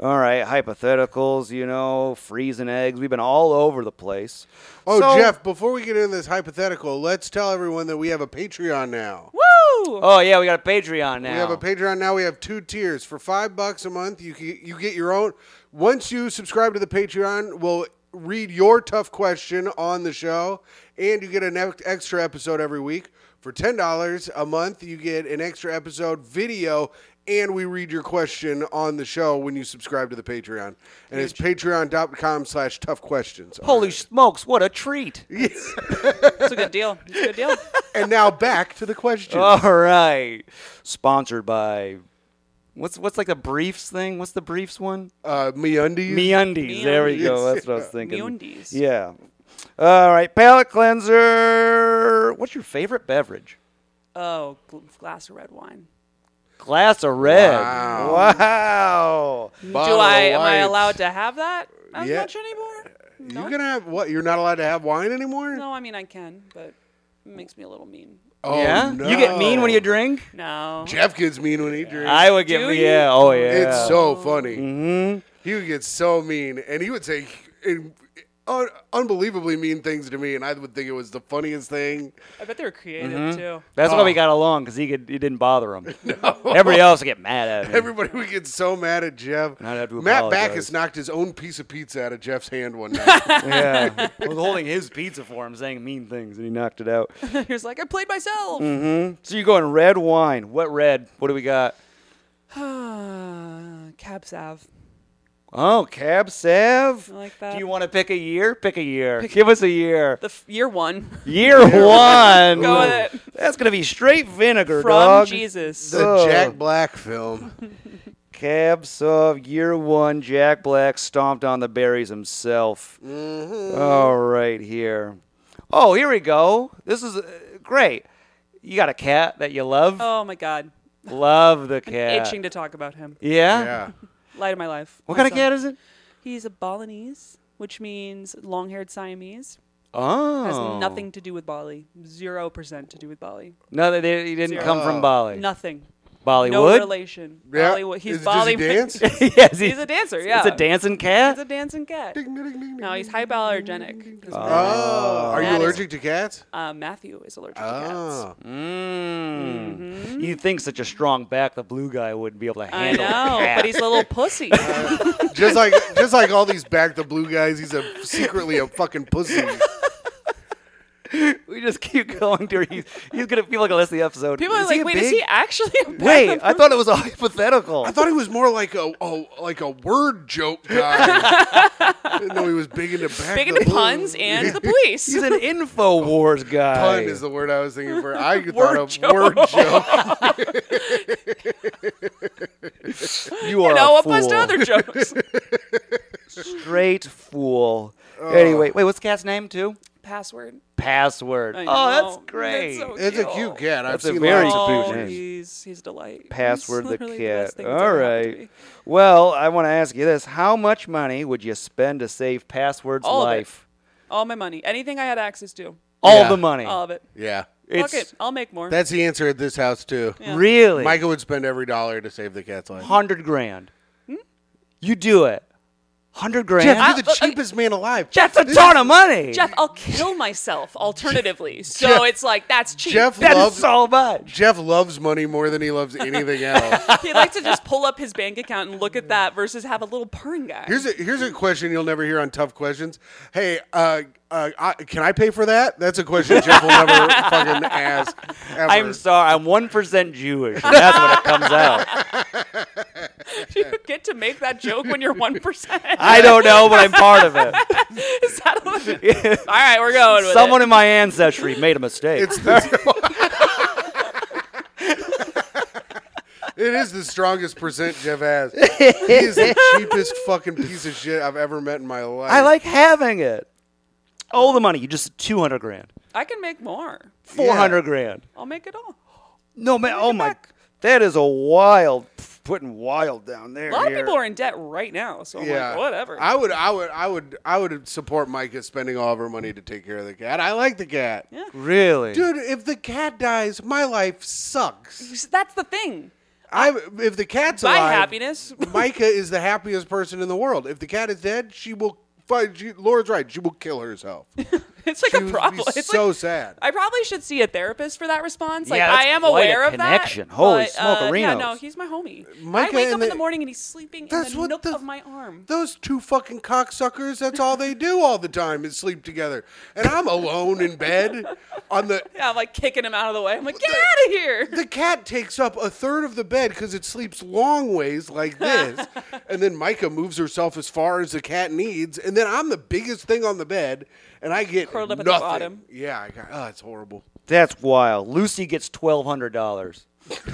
Speaker 2: All right, hypotheticals. You know, freezing eggs. We've been all over the place.
Speaker 1: Oh,
Speaker 2: So-
Speaker 1: Jeff, before we get into this hypothetical, let's tell everyone that we have a Patreon now.
Speaker 3: Woo! Woo!
Speaker 2: Oh yeah, we got a Patreon now.
Speaker 1: We have a Patreon now. We have two tiers for five bucks a month. You can, you get your own. Once you subscribe to the Patreon, we'll read your tough question on the show, and you get an ex- extra episode every week. For ten dollars a month, you get an extra episode video, and we read your question on the show when you subscribe to the Patreon. And it's Patreon.com/slash Tough Questions.
Speaker 2: Holy smokes, what a treat!
Speaker 3: It's a good deal. It's a good deal.
Speaker 1: and now back to the question.
Speaker 3: Oh.
Speaker 2: All right, sponsored by. What's what's like the briefs thing? What's the briefs one?
Speaker 1: Uh, me undies.
Speaker 2: MeUndies. There we go.
Speaker 3: MeUndies.
Speaker 2: That's what I was thinking.
Speaker 3: MeUndies.
Speaker 2: Yeah. All right, palate cleanser. What's your favorite beverage?
Speaker 3: oh, gl- glass of red wine.
Speaker 2: Glass of red.
Speaker 1: Wow.
Speaker 2: Wow.
Speaker 3: Do I am I allowed to have that as
Speaker 1: Yeah.
Speaker 3: much anymore? No.
Speaker 1: You're gonna have what? You're not allowed to have wine anymore.
Speaker 3: no, I mean I can, but it makes me a little mean.
Speaker 1: Oh,
Speaker 2: yeah. You get mean when
Speaker 1: no.
Speaker 2: you drink.
Speaker 3: No.
Speaker 1: Jeff gets mean when he drinks.
Speaker 2: I would get
Speaker 3: Do
Speaker 2: me.
Speaker 3: you?
Speaker 2: Yeah. Oh yeah. Mm-hmm.
Speaker 1: It's so funny. He would get so mean, and he would say in, un- unbelievably mean things to me, and I would think it was the funniest thing.
Speaker 3: I bet they were creative too.
Speaker 2: That's why we got along because he could. It didn't bother him. Everybody else would get mad at him.
Speaker 1: Everybody would get so mad at Jeff.
Speaker 2: I'd have to
Speaker 1: Matt
Speaker 2: apologize.
Speaker 1: Backus knocked his own piece of pizza out of Jeff's hand one night.
Speaker 2: yeah. I was holding his pizza for him, saying mean things, and he knocked it out.
Speaker 3: he was like, I played myself.
Speaker 2: So you're going red wine. What red? What do we got?
Speaker 3: Cab Sav.
Speaker 2: Oh, Cab Sav.
Speaker 3: I like that.
Speaker 2: Do you want to pick a year? Pick a year. Give us a year.
Speaker 3: The f- year one
Speaker 2: year one.
Speaker 3: Go with it.
Speaker 2: That's gonna be straight vinegar,
Speaker 3: from
Speaker 2: dog.
Speaker 3: Jesus.
Speaker 1: the
Speaker 2: Oh.
Speaker 1: Jack Black film.
Speaker 2: Cab Sav, year one. Jack Black stomped on the berries himself. All right, here. Oh, here we go. This is uh, great. You got a cat that you love.
Speaker 3: oh my God.
Speaker 2: Love the cat.
Speaker 3: Itching to talk about him.
Speaker 2: yeah?
Speaker 1: Yeah.
Speaker 3: Light of my life.
Speaker 2: What
Speaker 3: My
Speaker 2: kind of
Speaker 3: son.
Speaker 2: cat is it?
Speaker 3: He's a Balinese, which means long-haired Siamese.
Speaker 2: Oh.
Speaker 3: Has nothing to do with Bali. Zero percent to do with Bali.
Speaker 2: No, they, they, he didn't
Speaker 3: Zero.
Speaker 2: come from Bali.
Speaker 3: Nothing. No
Speaker 2: Bollywood.
Speaker 3: relation.
Speaker 1: Yeah.
Speaker 3: Bollywood. He's
Speaker 1: Is- does he
Speaker 3: Bollywood.
Speaker 1: dance?
Speaker 2: yes,
Speaker 3: He's a dancer, yeah.
Speaker 2: It's a dancing cat.
Speaker 3: He's a dancing cat.
Speaker 1: Ding, ding, ding, ding,
Speaker 2: Oh.
Speaker 3: No, he's
Speaker 1: ding.
Speaker 3: hypoallergenic.
Speaker 1: Oh, are you
Speaker 3: That is-
Speaker 1: allergic to cats?
Speaker 3: Uh, Matthew is allergic to cats.
Speaker 1: Oh.
Speaker 2: Mm. Hmm. You'd think such a strong back, the blue guy wouldn't be able to
Speaker 3: mm-hmm. I
Speaker 2: handle. a
Speaker 3: know,
Speaker 2: cat.
Speaker 3: but he's a little pussy.
Speaker 1: Uh, just like just like all these back the blue guys, he's a secretly a fucking pussy.
Speaker 2: we just keep going to. He's, he's gonna people are gonna listen to the episode.
Speaker 3: People are
Speaker 2: Is
Speaker 3: like,
Speaker 2: a
Speaker 3: wait, is
Speaker 2: big-
Speaker 3: he actually a bad
Speaker 2: Wait,
Speaker 3: person?"
Speaker 2: I thought it was a hypothetical.
Speaker 1: I thought he was more like a, a like a word joke guy. I didn't know he was big into back.
Speaker 3: big
Speaker 1: the
Speaker 3: into
Speaker 1: blue.
Speaker 3: puns and the police.
Speaker 2: he's an info wars guy.
Speaker 1: Pun is the word I was thinking for. I thought
Speaker 3: Word
Speaker 1: of
Speaker 3: joke.
Speaker 1: word joke.
Speaker 2: you are
Speaker 3: you know,
Speaker 2: a
Speaker 3: opposed to
Speaker 2: fool.
Speaker 3: other jokes.
Speaker 2: straight fool. Anyway, wait, what's the cat's name too?
Speaker 3: Password.
Speaker 2: Password.
Speaker 3: I
Speaker 2: Oh,
Speaker 3: know.
Speaker 2: that's
Speaker 3: That's
Speaker 2: great.
Speaker 3: so
Speaker 1: It's a cute cat. I've
Speaker 2: That's a
Speaker 1: seen
Speaker 2: very
Speaker 1: lots of
Speaker 2: cute
Speaker 1: pictures.
Speaker 3: Oh,
Speaker 2: name.
Speaker 3: he's he's a delight. He's
Speaker 2: Password the
Speaker 3: literally
Speaker 2: cat.
Speaker 3: best thing that's
Speaker 2: All
Speaker 3: ever happened to
Speaker 2: right.
Speaker 3: me.
Speaker 2: Well, I want to ask you this: How much money would you spend to save Password's
Speaker 3: All of it.
Speaker 2: life?
Speaker 3: All my money, anything I had access to,
Speaker 2: All
Speaker 1: Yeah.
Speaker 2: the money.
Speaker 3: all of it.
Speaker 1: Yeah,
Speaker 2: it's
Speaker 3: Fuck it, I'll make more.
Speaker 1: that's the answer at this house too.
Speaker 2: really
Speaker 1: Michael would spend every dollar to save the cat's life.
Speaker 2: hundred grand. You do it. Hundred grand.
Speaker 1: Jeff,
Speaker 3: Hmm? I-
Speaker 1: you're the
Speaker 3: uh, uh,
Speaker 1: cheapest man alive.
Speaker 2: that's a ton of money.
Speaker 3: Jeff, I'll kill myself alternatively. So
Speaker 1: Jeff-
Speaker 3: it's like that's cheap.
Speaker 1: Jeff
Speaker 2: that is
Speaker 1: loves
Speaker 2: so much.
Speaker 1: Jeff loves money more than he loves anything else.
Speaker 3: He likes to just pull up his bank account and look at that versus have a little pern guy.
Speaker 1: Here's a here's a question you'll never hear on Tough Questions. Hey, uh, uh, I, can I pay for that? That's a question Jeff will never fucking ask. Ever.
Speaker 2: I'm sorry. I'm one percent Jewish. and that's what it comes out.
Speaker 3: you get to make that joke when you're one percent.
Speaker 2: I don't know, but I'm part of it.
Speaker 3: All right, we're going with
Speaker 2: Someone
Speaker 3: it.
Speaker 2: in my ancestry made a mistake.
Speaker 1: It's the It is the strongest percent Jeff has. He is the cheapest fucking piece of shit I've ever met in my life.
Speaker 2: I like having it. All the money. You just two hundred grand.
Speaker 3: I can make more.
Speaker 2: Four hundred grand.
Speaker 3: I'll make it all.
Speaker 2: No man. Oh
Speaker 3: it
Speaker 2: my.
Speaker 3: back.
Speaker 2: That is a wild. Putting wild down there.
Speaker 3: A lot of people are in debt right now, so I'm
Speaker 1: Yeah,
Speaker 3: like, whatever.
Speaker 1: I would, I would, I would, I would support Micah spending all of her money to take care of the cat. I like the cat,
Speaker 3: Yeah.
Speaker 2: Really?
Speaker 1: dude. If the cat dies, my life sucks.
Speaker 3: That's the thing.
Speaker 1: I if the cat's
Speaker 3: My
Speaker 1: alive,
Speaker 3: happiness.
Speaker 1: Micah is the happiest person in the world. If the cat is dead, she will. fi- She, Laura's right. She will kill herself.
Speaker 3: it's like
Speaker 1: She
Speaker 3: a
Speaker 1: would
Speaker 3: problem.
Speaker 1: be
Speaker 3: It's
Speaker 1: so
Speaker 3: like,
Speaker 1: sad.
Speaker 3: I probably should see a therapist for that response. Like
Speaker 2: Yeah,
Speaker 3: I
Speaker 2: that's
Speaker 3: am
Speaker 2: quite a
Speaker 3: aware of
Speaker 2: connection.
Speaker 3: that.
Speaker 2: Holy
Speaker 3: but,
Speaker 2: smoke,
Speaker 3: uh, Yeah, no,
Speaker 2: Arenos.
Speaker 3: he's my homie.
Speaker 1: Micah
Speaker 3: I wake
Speaker 1: and
Speaker 3: up
Speaker 1: the-
Speaker 3: in the morning and he's sleeping in
Speaker 1: That's
Speaker 3: the
Speaker 1: what
Speaker 3: nook
Speaker 1: the-
Speaker 3: of my arm.
Speaker 1: Those two fucking cocksuckers, that's all they do all the time is sleep together. And I'm alone in bed on the
Speaker 3: Yeah, I'm like kicking him out of the way. I'm like, get out of here.
Speaker 1: the cat takes up a third of the bed because it sleeps long ways like this. and then Micah moves herself as far as the cat needs. And then I'm the biggest thing on the bed, and I get
Speaker 3: Curled up at the
Speaker 1: nothing.
Speaker 3: bottom.
Speaker 1: Yeah, I got, oh, it's horrible.
Speaker 2: That's wild. Lucy gets twelve hundred dollars,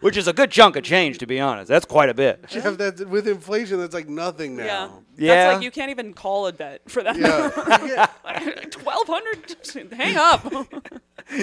Speaker 2: which is a good chunk of change, to be honest. That's quite a bit.
Speaker 1: Jeff, that's, with inflation, that's like nothing now.
Speaker 3: Yeah. That's
Speaker 2: Yeah.
Speaker 3: like you can't even call a vet for that.
Speaker 1: Yeah. yeah.
Speaker 3: Twelve hundred. Hang up.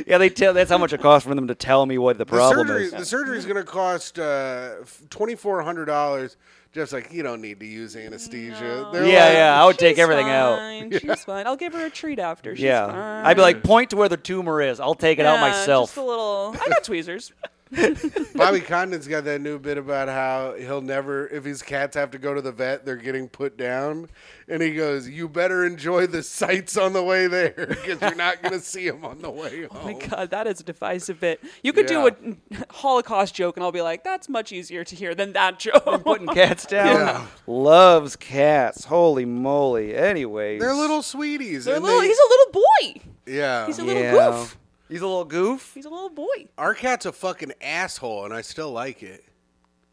Speaker 2: Yeah, they tell. That's how much it costs for them to tell me what the
Speaker 1: The
Speaker 2: problem
Speaker 1: surgery,
Speaker 2: is.
Speaker 1: the surgery's going to cost uh, twenty four hundred dollars. Jeff's like, you don't need to use anesthesia. They're
Speaker 2: Yeah,
Speaker 1: like,
Speaker 2: yeah. I would take
Speaker 3: She's
Speaker 2: everything out.
Speaker 3: fine. She's fine. I'll give her a treat after. She's
Speaker 2: yeah,
Speaker 3: fine.
Speaker 2: I'd be like, point to where the tumor is. I'll take it out
Speaker 3: Yeah,
Speaker 2: myself.
Speaker 3: Just a little. I got tweezers.
Speaker 1: Bobby Condon's got that new bit about how he'll never, if his cats have to go to the vet, they're getting put down. And he goes, You better enjoy the sights on the way there because you're not going to see them on the way home.
Speaker 3: Oh my god, that is a divisive bit. You could do a Holocaust joke, and I'll be like, "That's much easier to hear than that joke."
Speaker 2: Putting cats down.
Speaker 1: Yeah.
Speaker 2: Loves cats. Holy moly. Anyways,
Speaker 1: They're little sweeties.
Speaker 3: They're
Speaker 1: and
Speaker 3: little,
Speaker 1: they-
Speaker 3: he's a little boy.
Speaker 1: yeah.
Speaker 3: he's a little
Speaker 2: yeah.
Speaker 3: goof.
Speaker 2: He's a little goof.
Speaker 3: He's a little boy.
Speaker 1: Our cat's a fucking asshole, and I still like it.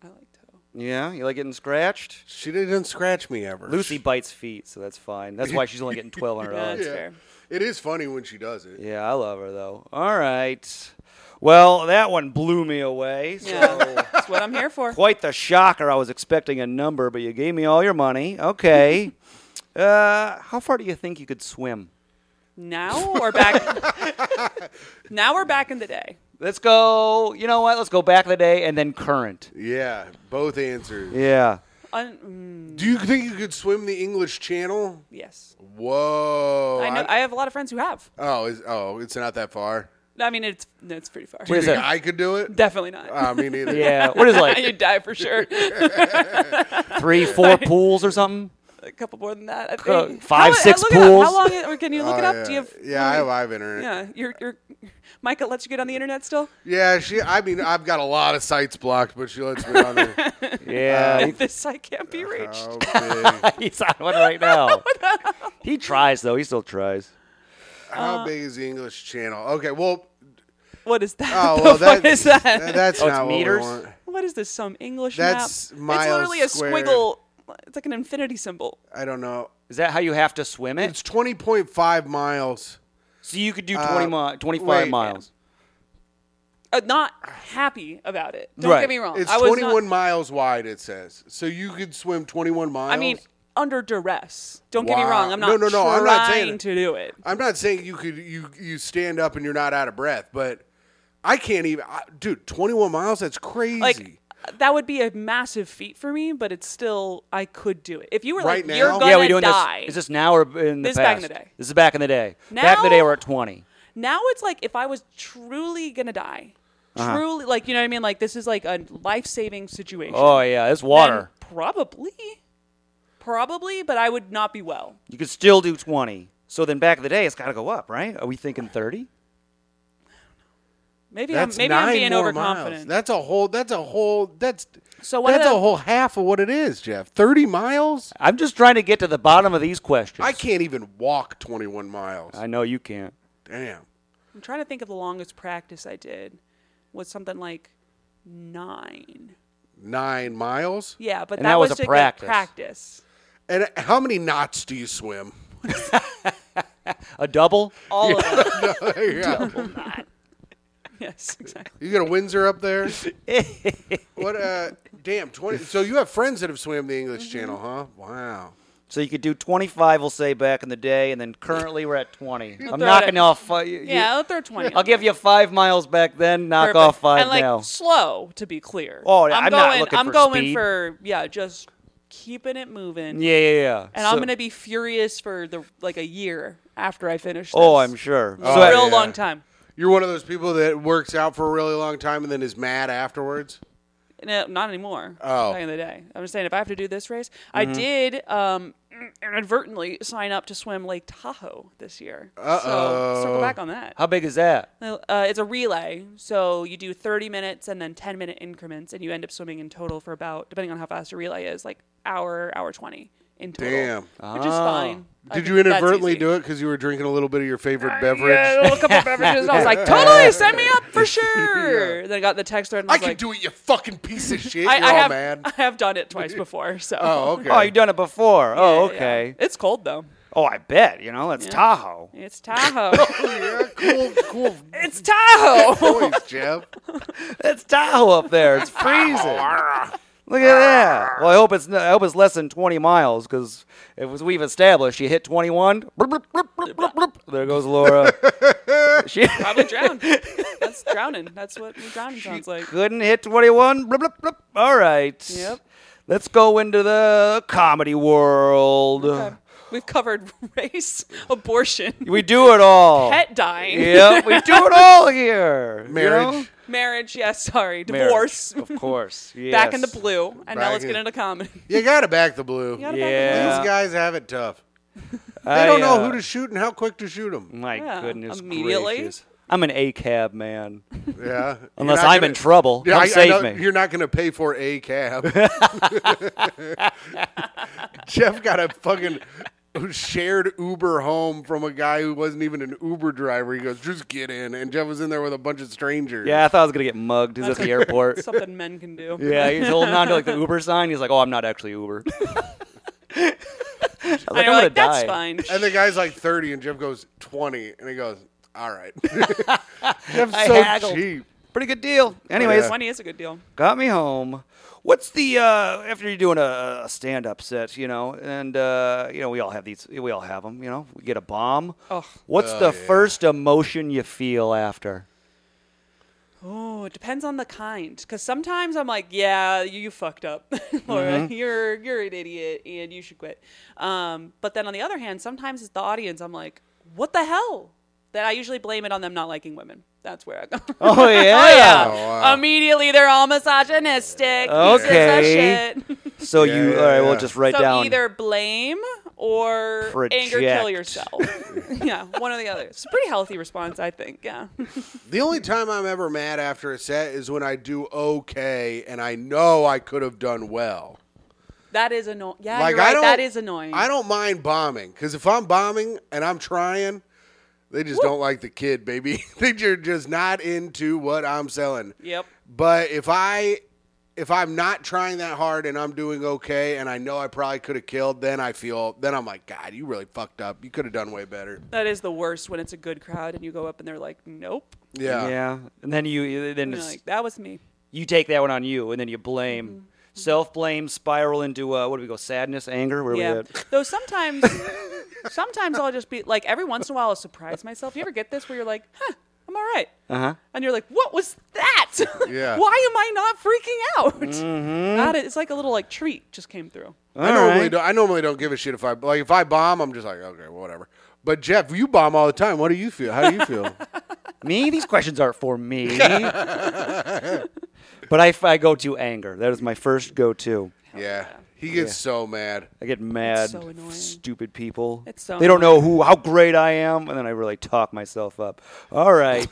Speaker 3: I like Toe.
Speaker 2: Yeah, you like getting scratched?
Speaker 1: She didn't scratch me ever.
Speaker 2: Lucy bites feet, so that's fine. That's why she's only getting twelve hundred
Speaker 3: Yeah,
Speaker 2: dollars.
Speaker 3: that's fair.
Speaker 1: Oh, It is funny when she does it.
Speaker 2: Yeah, I love her though. All right. Well, that one blew me away. So
Speaker 3: Yeah, that's what I'm here for.
Speaker 2: quite the shocker. I was expecting a number, but you gave me all your money. Okay. uh, how far do you think you could swim?
Speaker 3: Now we're back. now we're back in the day.
Speaker 2: Let's go. You know what? Let's go back in the day and then current.
Speaker 1: Yeah, both answers.
Speaker 2: Yeah.
Speaker 3: Un- mm,
Speaker 1: Do you think you could swim the English Channel?
Speaker 3: yes,
Speaker 1: Whoa.
Speaker 3: I know.
Speaker 1: I'm-
Speaker 3: I have a lot of friends who have.
Speaker 1: oh, is, oh, it's not that far.
Speaker 3: I mean, it's no, it's pretty far.
Speaker 2: What is
Speaker 1: Think
Speaker 2: it?
Speaker 1: I could do it?
Speaker 3: Definitely not.
Speaker 1: Ah, me neither.
Speaker 2: Yeah. What is it,
Speaker 3: you
Speaker 2: like
Speaker 3: die for sure.
Speaker 2: three, four pools or something?
Speaker 3: a couple more than that. I
Speaker 2: Co-
Speaker 3: think.
Speaker 2: five,
Speaker 3: How-
Speaker 2: six
Speaker 3: look it up.
Speaker 2: pools.
Speaker 3: How long? Is, or can you look
Speaker 1: Oh,
Speaker 3: it up?
Speaker 1: Yeah.
Speaker 3: Do you have?
Speaker 1: yeah, I have live internet. Yeah.
Speaker 3: Yeah, you're, you're, Micah lets you get on the internet still.
Speaker 1: she. I mean, I've got a lot of sites blocked, but she lets me on there. Oh,
Speaker 2: Yeah.
Speaker 3: this site can't
Speaker 1: Uh,
Speaker 3: be reached.
Speaker 1: How big?
Speaker 2: Uh, He's on one right now. He tries though. He still tries.
Speaker 1: How
Speaker 3: Uh,
Speaker 1: big is the English Channel? Okay, well,
Speaker 3: What is that?
Speaker 1: oh
Speaker 3: the
Speaker 1: well,
Speaker 3: fuck
Speaker 1: that,
Speaker 3: is that?
Speaker 1: That's
Speaker 2: Oh, it's
Speaker 1: not what we
Speaker 2: meters?
Speaker 1: want.
Speaker 3: what is this? Some English
Speaker 1: That's
Speaker 3: map?
Speaker 1: miles
Speaker 3: it's literally a
Speaker 1: squared.
Speaker 3: squiggle. It's like an infinity symbol.
Speaker 1: I don't know.
Speaker 2: Is that how you have to swim it?
Speaker 1: It's twenty point five miles.
Speaker 2: So you could do 20 mi- 25
Speaker 1: wait.
Speaker 2: miles.
Speaker 3: Uh, not happy about it. Don't
Speaker 2: Right.
Speaker 3: get me wrong.
Speaker 1: It's
Speaker 3: I was
Speaker 1: twenty one
Speaker 3: Not,
Speaker 1: miles wide. It says so you could swim twenty one miles.
Speaker 3: I mean, under duress. Don't get me
Speaker 1: Wow.
Speaker 3: wrong. I'm not.
Speaker 1: No, no, no,
Speaker 3: Trying
Speaker 1: I'm not saying it.
Speaker 3: to do it.
Speaker 1: I'm not saying you could you you stand up and you're not out of breath, but I can't even. I, dude, twenty one miles. That's crazy.
Speaker 3: Like that would be a massive feat for me, but it's still I could do it. If you were
Speaker 1: Right
Speaker 3: like, you're
Speaker 1: now?
Speaker 3: gonna
Speaker 2: yeah, we doing
Speaker 3: die.
Speaker 2: this. Is this now or in the
Speaker 3: This
Speaker 2: past?
Speaker 3: is back in the day.
Speaker 2: This is back in the day. back in the
Speaker 3: Now-
Speaker 2: day, we're at 20.
Speaker 3: now it's like if I was truly gonna die,
Speaker 2: Uh-huh.
Speaker 3: truly like you know what I mean. Like this is like a life saving situation.
Speaker 2: Oh, yeah. It's water.
Speaker 3: Then probably, probably, but I would not be well.
Speaker 2: you could still do 20. So then back in the day, it's got to go up, right? Are we thinking 30?
Speaker 3: Maybe
Speaker 1: That's
Speaker 3: I'm maybe
Speaker 1: nine
Speaker 3: I'm being
Speaker 1: more
Speaker 3: overconfident.
Speaker 1: Miles. That's a whole. That's a whole. That's
Speaker 3: So what
Speaker 1: that's
Speaker 3: are the-
Speaker 1: a whole half of what it is, Jeff. Thirty miles.
Speaker 2: I'm just trying to get to the bottom of these questions.
Speaker 1: I can't even walk twenty-one miles.
Speaker 2: I know you can't.
Speaker 1: Damn.
Speaker 3: I'm trying to think of the longest practice I did was something like nine.
Speaker 1: Nine miles.
Speaker 3: Yeah, but
Speaker 2: And
Speaker 3: that,
Speaker 2: that was a
Speaker 3: to get
Speaker 2: practice.
Speaker 3: practice.
Speaker 1: And how many knots do you swim?
Speaker 2: A double?
Speaker 3: All of it.
Speaker 1: yeah.
Speaker 3: Yes, exactly.
Speaker 1: You got a Windsor up there. what? Uh, damn. Twenty. So you have friends that have swam the English Channel, huh? Wow.
Speaker 2: So you could do 25, we'll say, back in the day, and then currently we're at 20. I'm
Speaker 3: throw it
Speaker 2: knocking
Speaker 3: at-
Speaker 2: off. Uh, you-
Speaker 3: Yeah, I'll throw twenty.
Speaker 2: I'll give you five miles back then, knock
Speaker 3: Perfect.
Speaker 2: off five
Speaker 3: and like
Speaker 2: now.
Speaker 3: slow to be clear.
Speaker 2: Oh, yeah, I'm
Speaker 3: going,
Speaker 2: not looking
Speaker 3: I'm
Speaker 2: for
Speaker 3: going
Speaker 2: speed.
Speaker 3: for yeah, just keeping it moving.
Speaker 2: Yeah, yeah, yeah.
Speaker 3: and I'm gonna be furious for the like a year after I finish.
Speaker 2: Oh,
Speaker 3: this.
Speaker 2: I'm sure.
Speaker 3: It's
Speaker 2: So-
Speaker 3: a real
Speaker 1: yeah.
Speaker 3: long time.
Speaker 1: You're one of those people that works out for a really long time and then is mad afterwards.
Speaker 3: No, not anymore.
Speaker 1: Oh. Mm-hmm.
Speaker 3: Back in the day. I'm just saying, if I have to do this race, I did. Um, inadvertently sign up to swim Lake Tahoe this year.
Speaker 1: Uh-oh.
Speaker 3: So circle back on that.
Speaker 2: How big is that?
Speaker 3: Uh, it's a relay, so you do 30 minutes and then 10 minute increments, and you end up swimming in total for about, depending on how fast your relay is, like hour, hour 20 in total.
Speaker 1: Damn. Ah.
Speaker 3: Which is fine.
Speaker 1: Did you inadvertently do it because you were drinking a little bit of your favorite beverage?
Speaker 3: Yeah, a little couple beverages. And I was like, totally, send me up for sure. Then I got the text thread. And I,
Speaker 1: I
Speaker 3: was
Speaker 1: can
Speaker 3: like,
Speaker 1: do it, you fucking piece of shit.
Speaker 3: I,
Speaker 1: You're
Speaker 3: I
Speaker 1: all
Speaker 3: have,
Speaker 1: mad.
Speaker 3: I have done it twice before. So.
Speaker 1: Oh, okay.
Speaker 2: Oh, you've done it before. oh,
Speaker 3: Yeah, yeah.
Speaker 2: okay.
Speaker 3: It's cold though.
Speaker 2: Oh, I bet. You know, it's Tahoe.
Speaker 3: It's Tahoe.
Speaker 1: yeah, cool, cool
Speaker 3: it's Tahoe.
Speaker 1: voice, Jeff.
Speaker 2: It's Tahoe up there. It's freezing. Look at that. Well, I hope it's n- I hope it's less than 20 miles because if was- we've established you hit 21, Bloop, bloop, bloop, bloop, bloop, bloop. there goes Laura. she
Speaker 3: Probably drowned. That's drowning. That's what drowning sounds like.
Speaker 2: couldn't hit 21. Bloop, bloop, bloop. All right.
Speaker 3: Yep.
Speaker 2: Let's go into the comedy world.
Speaker 3: Okay. We've covered race, abortion,
Speaker 2: We do it all.
Speaker 3: pet dying,
Speaker 2: Yep, we do it all here. you
Speaker 1: Marriage.
Speaker 2: know?
Speaker 3: marriage. Yes, sorry,
Speaker 2: Marriage,
Speaker 3: divorce.
Speaker 2: of course. Yes.
Speaker 3: Back in the blue, and now
Speaker 1: Back
Speaker 3: let's get
Speaker 1: in-
Speaker 3: into comedy.
Speaker 1: You gotta back the blue.
Speaker 3: You gotta
Speaker 2: Yeah. uh,
Speaker 1: These guys have it tough. They don't know who to shoot and how quick to shoot them.
Speaker 2: My
Speaker 3: Yeah,
Speaker 2: goodness
Speaker 3: immediately.
Speaker 2: gracious. I'm an ACAB man.
Speaker 1: Yeah.
Speaker 2: Unless
Speaker 1: You're not
Speaker 2: I'm
Speaker 1: gonna-
Speaker 2: in trouble.
Speaker 1: Yeah,
Speaker 2: Come
Speaker 1: I- I
Speaker 2: save
Speaker 1: know
Speaker 2: me.
Speaker 1: You're not going to pay for a cab. Jeff got a fucking shared Uber home from a guy who wasn't even an Uber driver. He goes, just get in. And Jeff was in there with a bunch of strangers.
Speaker 2: Yeah, I thought I was going to get mugged. He's at the airport.
Speaker 3: back- Something men can do.
Speaker 2: yeah, he's holding on to like the Uber sign. He's like, oh, I'm not actually Uber. I was like,
Speaker 3: And
Speaker 2: I'm
Speaker 3: you're
Speaker 2: gonna
Speaker 3: like, that's
Speaker 2: die.
Speaker 3: fine.
Speaker 1: And the guy's like 30, and Jeff goes 20. And he goes, all right. Jeff's
Speaker 2: I
Speaker 1: so
Speaker 2: haggled.
Speaker 1: cheap. Oh,
Speaker 2: Pretty good deal. Anyways,
Speaker 3: Twenty is a good deal.
Speaker 2: got me home. What's the uh, after you're doing a, a stand-up set, you know, and uh, you know we all have these, we all have them, you know. We get a bomb.
Speaker 3: Oh.
Speaker 2: What's the first emotion you feel after?
Speaker 3: Oh, it depends on the kind. Because sometimes I'm like, yeah, you, you fucked up, Laura.
Speaker 1: Mm-hmm.
Speaker 3: You're you're an idiot, and you should quit. Um, but then on the other hand, sometimes it's the audience. I'm like, what the hell? That I usually blame it on them not liking women. That's where I go.
Speaker 2: Oh yeah.
Speaker 1: Oh, wow.
Speaker 3: Immediately, they're all misogynistic.
Speaker 2: Okay.
Speaker 3: Pieces of shit.
Speaker 2: So you,
Speaker 1: Yeah,
Speaker 2: all right,
Speaker 1: yeah,
Speaker 2: we'll
Speaker 1: yeah.
Speaker 2: just write
Speaker 3: so
Speaker 2: down.
Speaker 3: either blame or anger kill
Speaker 2: Project.
Speaker 3: yourself. yeah, one or the other. It's a pretty healthy response, I think. Yeah.
Speaker 1: The only time I'm ever mad after a set is when I do okay and I know I could have done well.
Speaker 3: That is annoying. Yeah,
Speaker 1: like
Speaker 3: you're right.
Speaker 1: I don't,
Speaker 3: that is annoying.
Speaker 1: I don't mind bombing because if I'm bombing and I'm trying, they just don't like the kid, baby. They're just not into what I'm selling.
Speaker 3: Yep.
Speaker 1: But if I if I'm not trying that hard and I'm doing okay and I know I probably could have killed, then I feel then I'm like, God, you really fucked up. You could have done way better.
Speaker 3: That is the worst when it's a good crowd and you go up and they're like, "Nope."
Speaker 1: Yeah.
Speaker 2: yeah, and then you then
Speaker 3: And you're
Speaker 2: it's-
Speaker 3: like, "That was me."
Speaker 2: you take that one on you, and then you blame,
Speaker 3: Mm-hmm.
Speaker 2: self blame, spiral into uh, what do we go? Sadness, anger. Where are
Speaker 3: Yeah.
Speaker 2: we at?
Speaker 3: Though sometimes, sometimes I'll just be like, every once in a while, I'll surprise myself. You ever get this where you're like, "Huh, I'm all right,"
Speaker 2: Uh-huh.
Speaker 3: and you're like, "What was that?
Speaker 1: Yeah.
Speaker 3: Why am I not freaking out?"
Speaker 2: Mm-hmm.
Speaker 3: That is, it's like a little like treat just came through.
Speaker 1: I
Speaker 2: All
Speaker 1: normally
Speaker 2: right.
Speaker 1: don't, I normally don't give a shit if I like if I bomb, I'm just like, okay, whatever. But Jeff, you bomb all the time. What do you feel? How do you feel?
Speaker 2: Me? These questions aren't for me. but I, f- I go to anger. That is my first go to.
Speaker 1: yeah. He gets so mad.
Speaker 2: I get mad,
Speaker 3: so annoying.
Speaker 2: stupid people.
Speaker 3: It's so
Speaker 2: they don't know who how great I am, and then I really talk myself up. All right.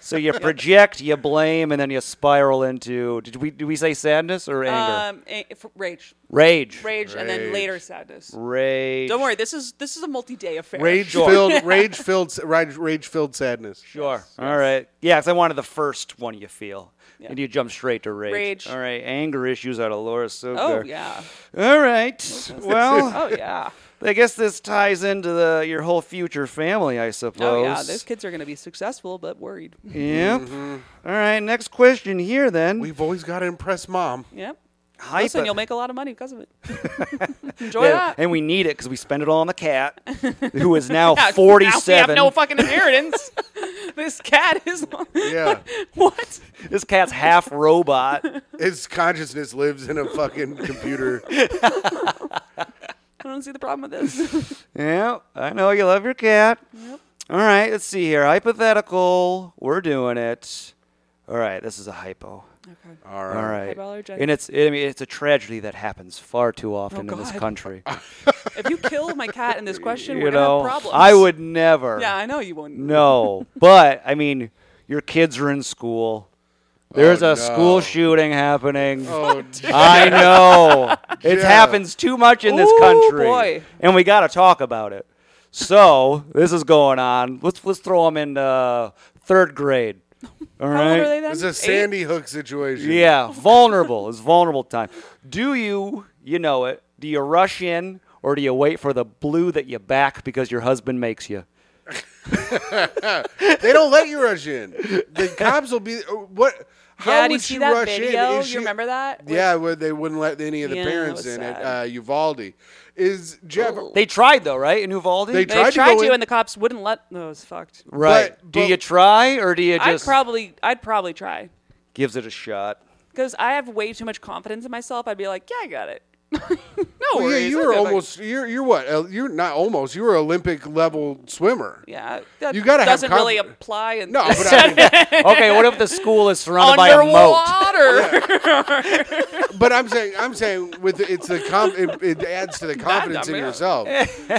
Speaker 2: so you project, you blame, and then you spiral into. Did we did we say sadness or anger?
Speaker 3: Um, a- f- rage,
Speaker 2: rage.
Speaker 3: rage, and
Speaker 1: Rage.
Speaker 3: then later sadness.
Speaker 2: Rage.
Speaker 3: Don't worry, this is this is a multi-day affair.
Speaker 1: Rage filled, rage filled, rage, rage filled sadness.
Speaker 2: Sure. All right. Yeah, because I wanted the first one you feel. And you jump straight to rage.
Speaker 3: Rage.
Speaker 2: All right. Anger issues out of Laura Sogar.
Speaker 3: Oh yeah.
Speaker 2: All right. Well,
Speaker 3: Oh yeah.
Speaker 2: I guess this ties into the your whole future family, I suppose.
Speaker 3: Oh yeah. Those kids are going to be successful, but worried.
Speaker 2: Yep.
Speaker 3: Mm-hmm.
Speaker 2: All right. Next question here then.
Speaker 1: We've always got to impress mom.
Speaker 3: Yep.
Speaker 2: Hypo-
Speaker 3: Listen, you'll make a lot of money because of it. Enjoy
Speaker 2: Yeah,
Speaker 3: that.
Speaker 2: and we need it because we spend it all on the cat, who is now
Speaker 3: Yeah, now we
Speaker 2: 47.
Speaker 3: have no fucking inheritance. this cat is.
Speaker 1: Yeah,
Speaker 3: what?
Speaker 2: this cat's half robot.
Speaker 1: his consciousness lives in a fucking computer.
Speaker 3: I don't see the problem with this.
Speaker 2: Yeah, I know you love your cat. All right, let's see here. Hypothetical. We're doing it. All right, this is a hypo.
Speaker 3: Okay.
Speaker 1: All right.
Speaker 2: All right.
Speaker 3: Hypoallergenic. Oh,
Speaker 2: And it's I mean it's a tragedy that happens far too often in this
Speaker 3: God.
Speaker 2: country.
Speaker 3: If you kill my cat in this question,
Speaker 2: you
Speaker 3: we're
Speaker 2: know,
Speaker 3: gonna have problems.
Speaker 2: I would never.
Speaker 3: Yeah, I know you wouldn't.
Speaker 2: No, but I mean, your kids are in school. There's
Speaker 1: Oh,
Speaker 2: a school
Speaker 1: no.
Speaker 2: shooting happening.
Speaker 1: Oh,
Speaker 2: I know. It
Speaker 1: Yeah.
Speaker 2: happens too much in this
Speaker 3: Ooh,
Speaker 2: country.
Speaker 3: boy.
Speaker 2: And we got to talk about it. So, this is going on. Let's let's throw them in uh, third grade. All right.
Speaker 3: How old are they then?
Speaker 1: it's a
Speaker 3: Eight?
Speaker 1: Sandy Hook situation.
Speaker 2: Yeah, vulnerable. It's vulnerable time. Do you, you know it, do you rush in or do you wait for the blue that you back because your husband makes you?
Speaker 1: They don't let you rush in. The cops will be uh, what? How
Speaker 3: Yeah,
Speaker 1: would
Speaker 3: do you see
Speaker 1: she
Speaker 3: that
Speaker 1: rush in?
Speaker 3: video?
Speaker 1: Is she-
Speaker 3: you remember that? Where-
Speaker 1: Yeah, where they wouldn't let any of the
Speaker 3: Yeah, that
Speaker 1: parents
Speaker 3: was
Speaker 1: in at
Speaker 3: sad. Oh,
Speaker 1: uh, Uvalde. Is Jeff?
Speaker 2: They tried though, right? In Uvalde?
Speaker 1: They
Speaker 3: They
Speaker 1: tried to
Speaker 3: tried,
Speaker 1: go
Speaker 3: to,
Speaker 1: in-
Speaker 3: and the cops wouldn't let. No, it was fucked.
Speaker 2: right.
Speaker 1: But-
Speaker 2: do
Speaker 1: but-
Speaker 2: you try or do you
Speaker 3: I'd
Speaker 2: just
Speaker 3: probably, I'd probably try
Speaker 2: gives it a shot?
Speaker 3: because I have way too much confidence in myself. I'd be like, yeah, I got it. no
Speaker 1: Well, yeah,
Speaker 3: worries.
Speaker 1: you
Speaker 3: I'll
Speaker 1: were
Speaker 3: be like-
Speaker 1: almost. You're you're what? Uh, You're not almost. You were Olympic level swimmer.
Speaker 3: yeah, that
Speaker 1: You gotta have
Speaker 3: doesn't really
Speaker 1: confi-
Speaker 3: apply. In
Speaker 1: No, but I, mean,
Speaker 2: Okay, what if the school is surrounded by a moat?
Speaker 3: underwater.
Speaker 1: but I'm saying I'm saying with the- it's the com- it, it adds to the confidence in
Speaker 3: dumb, yeah.
Speaker 1: yourself.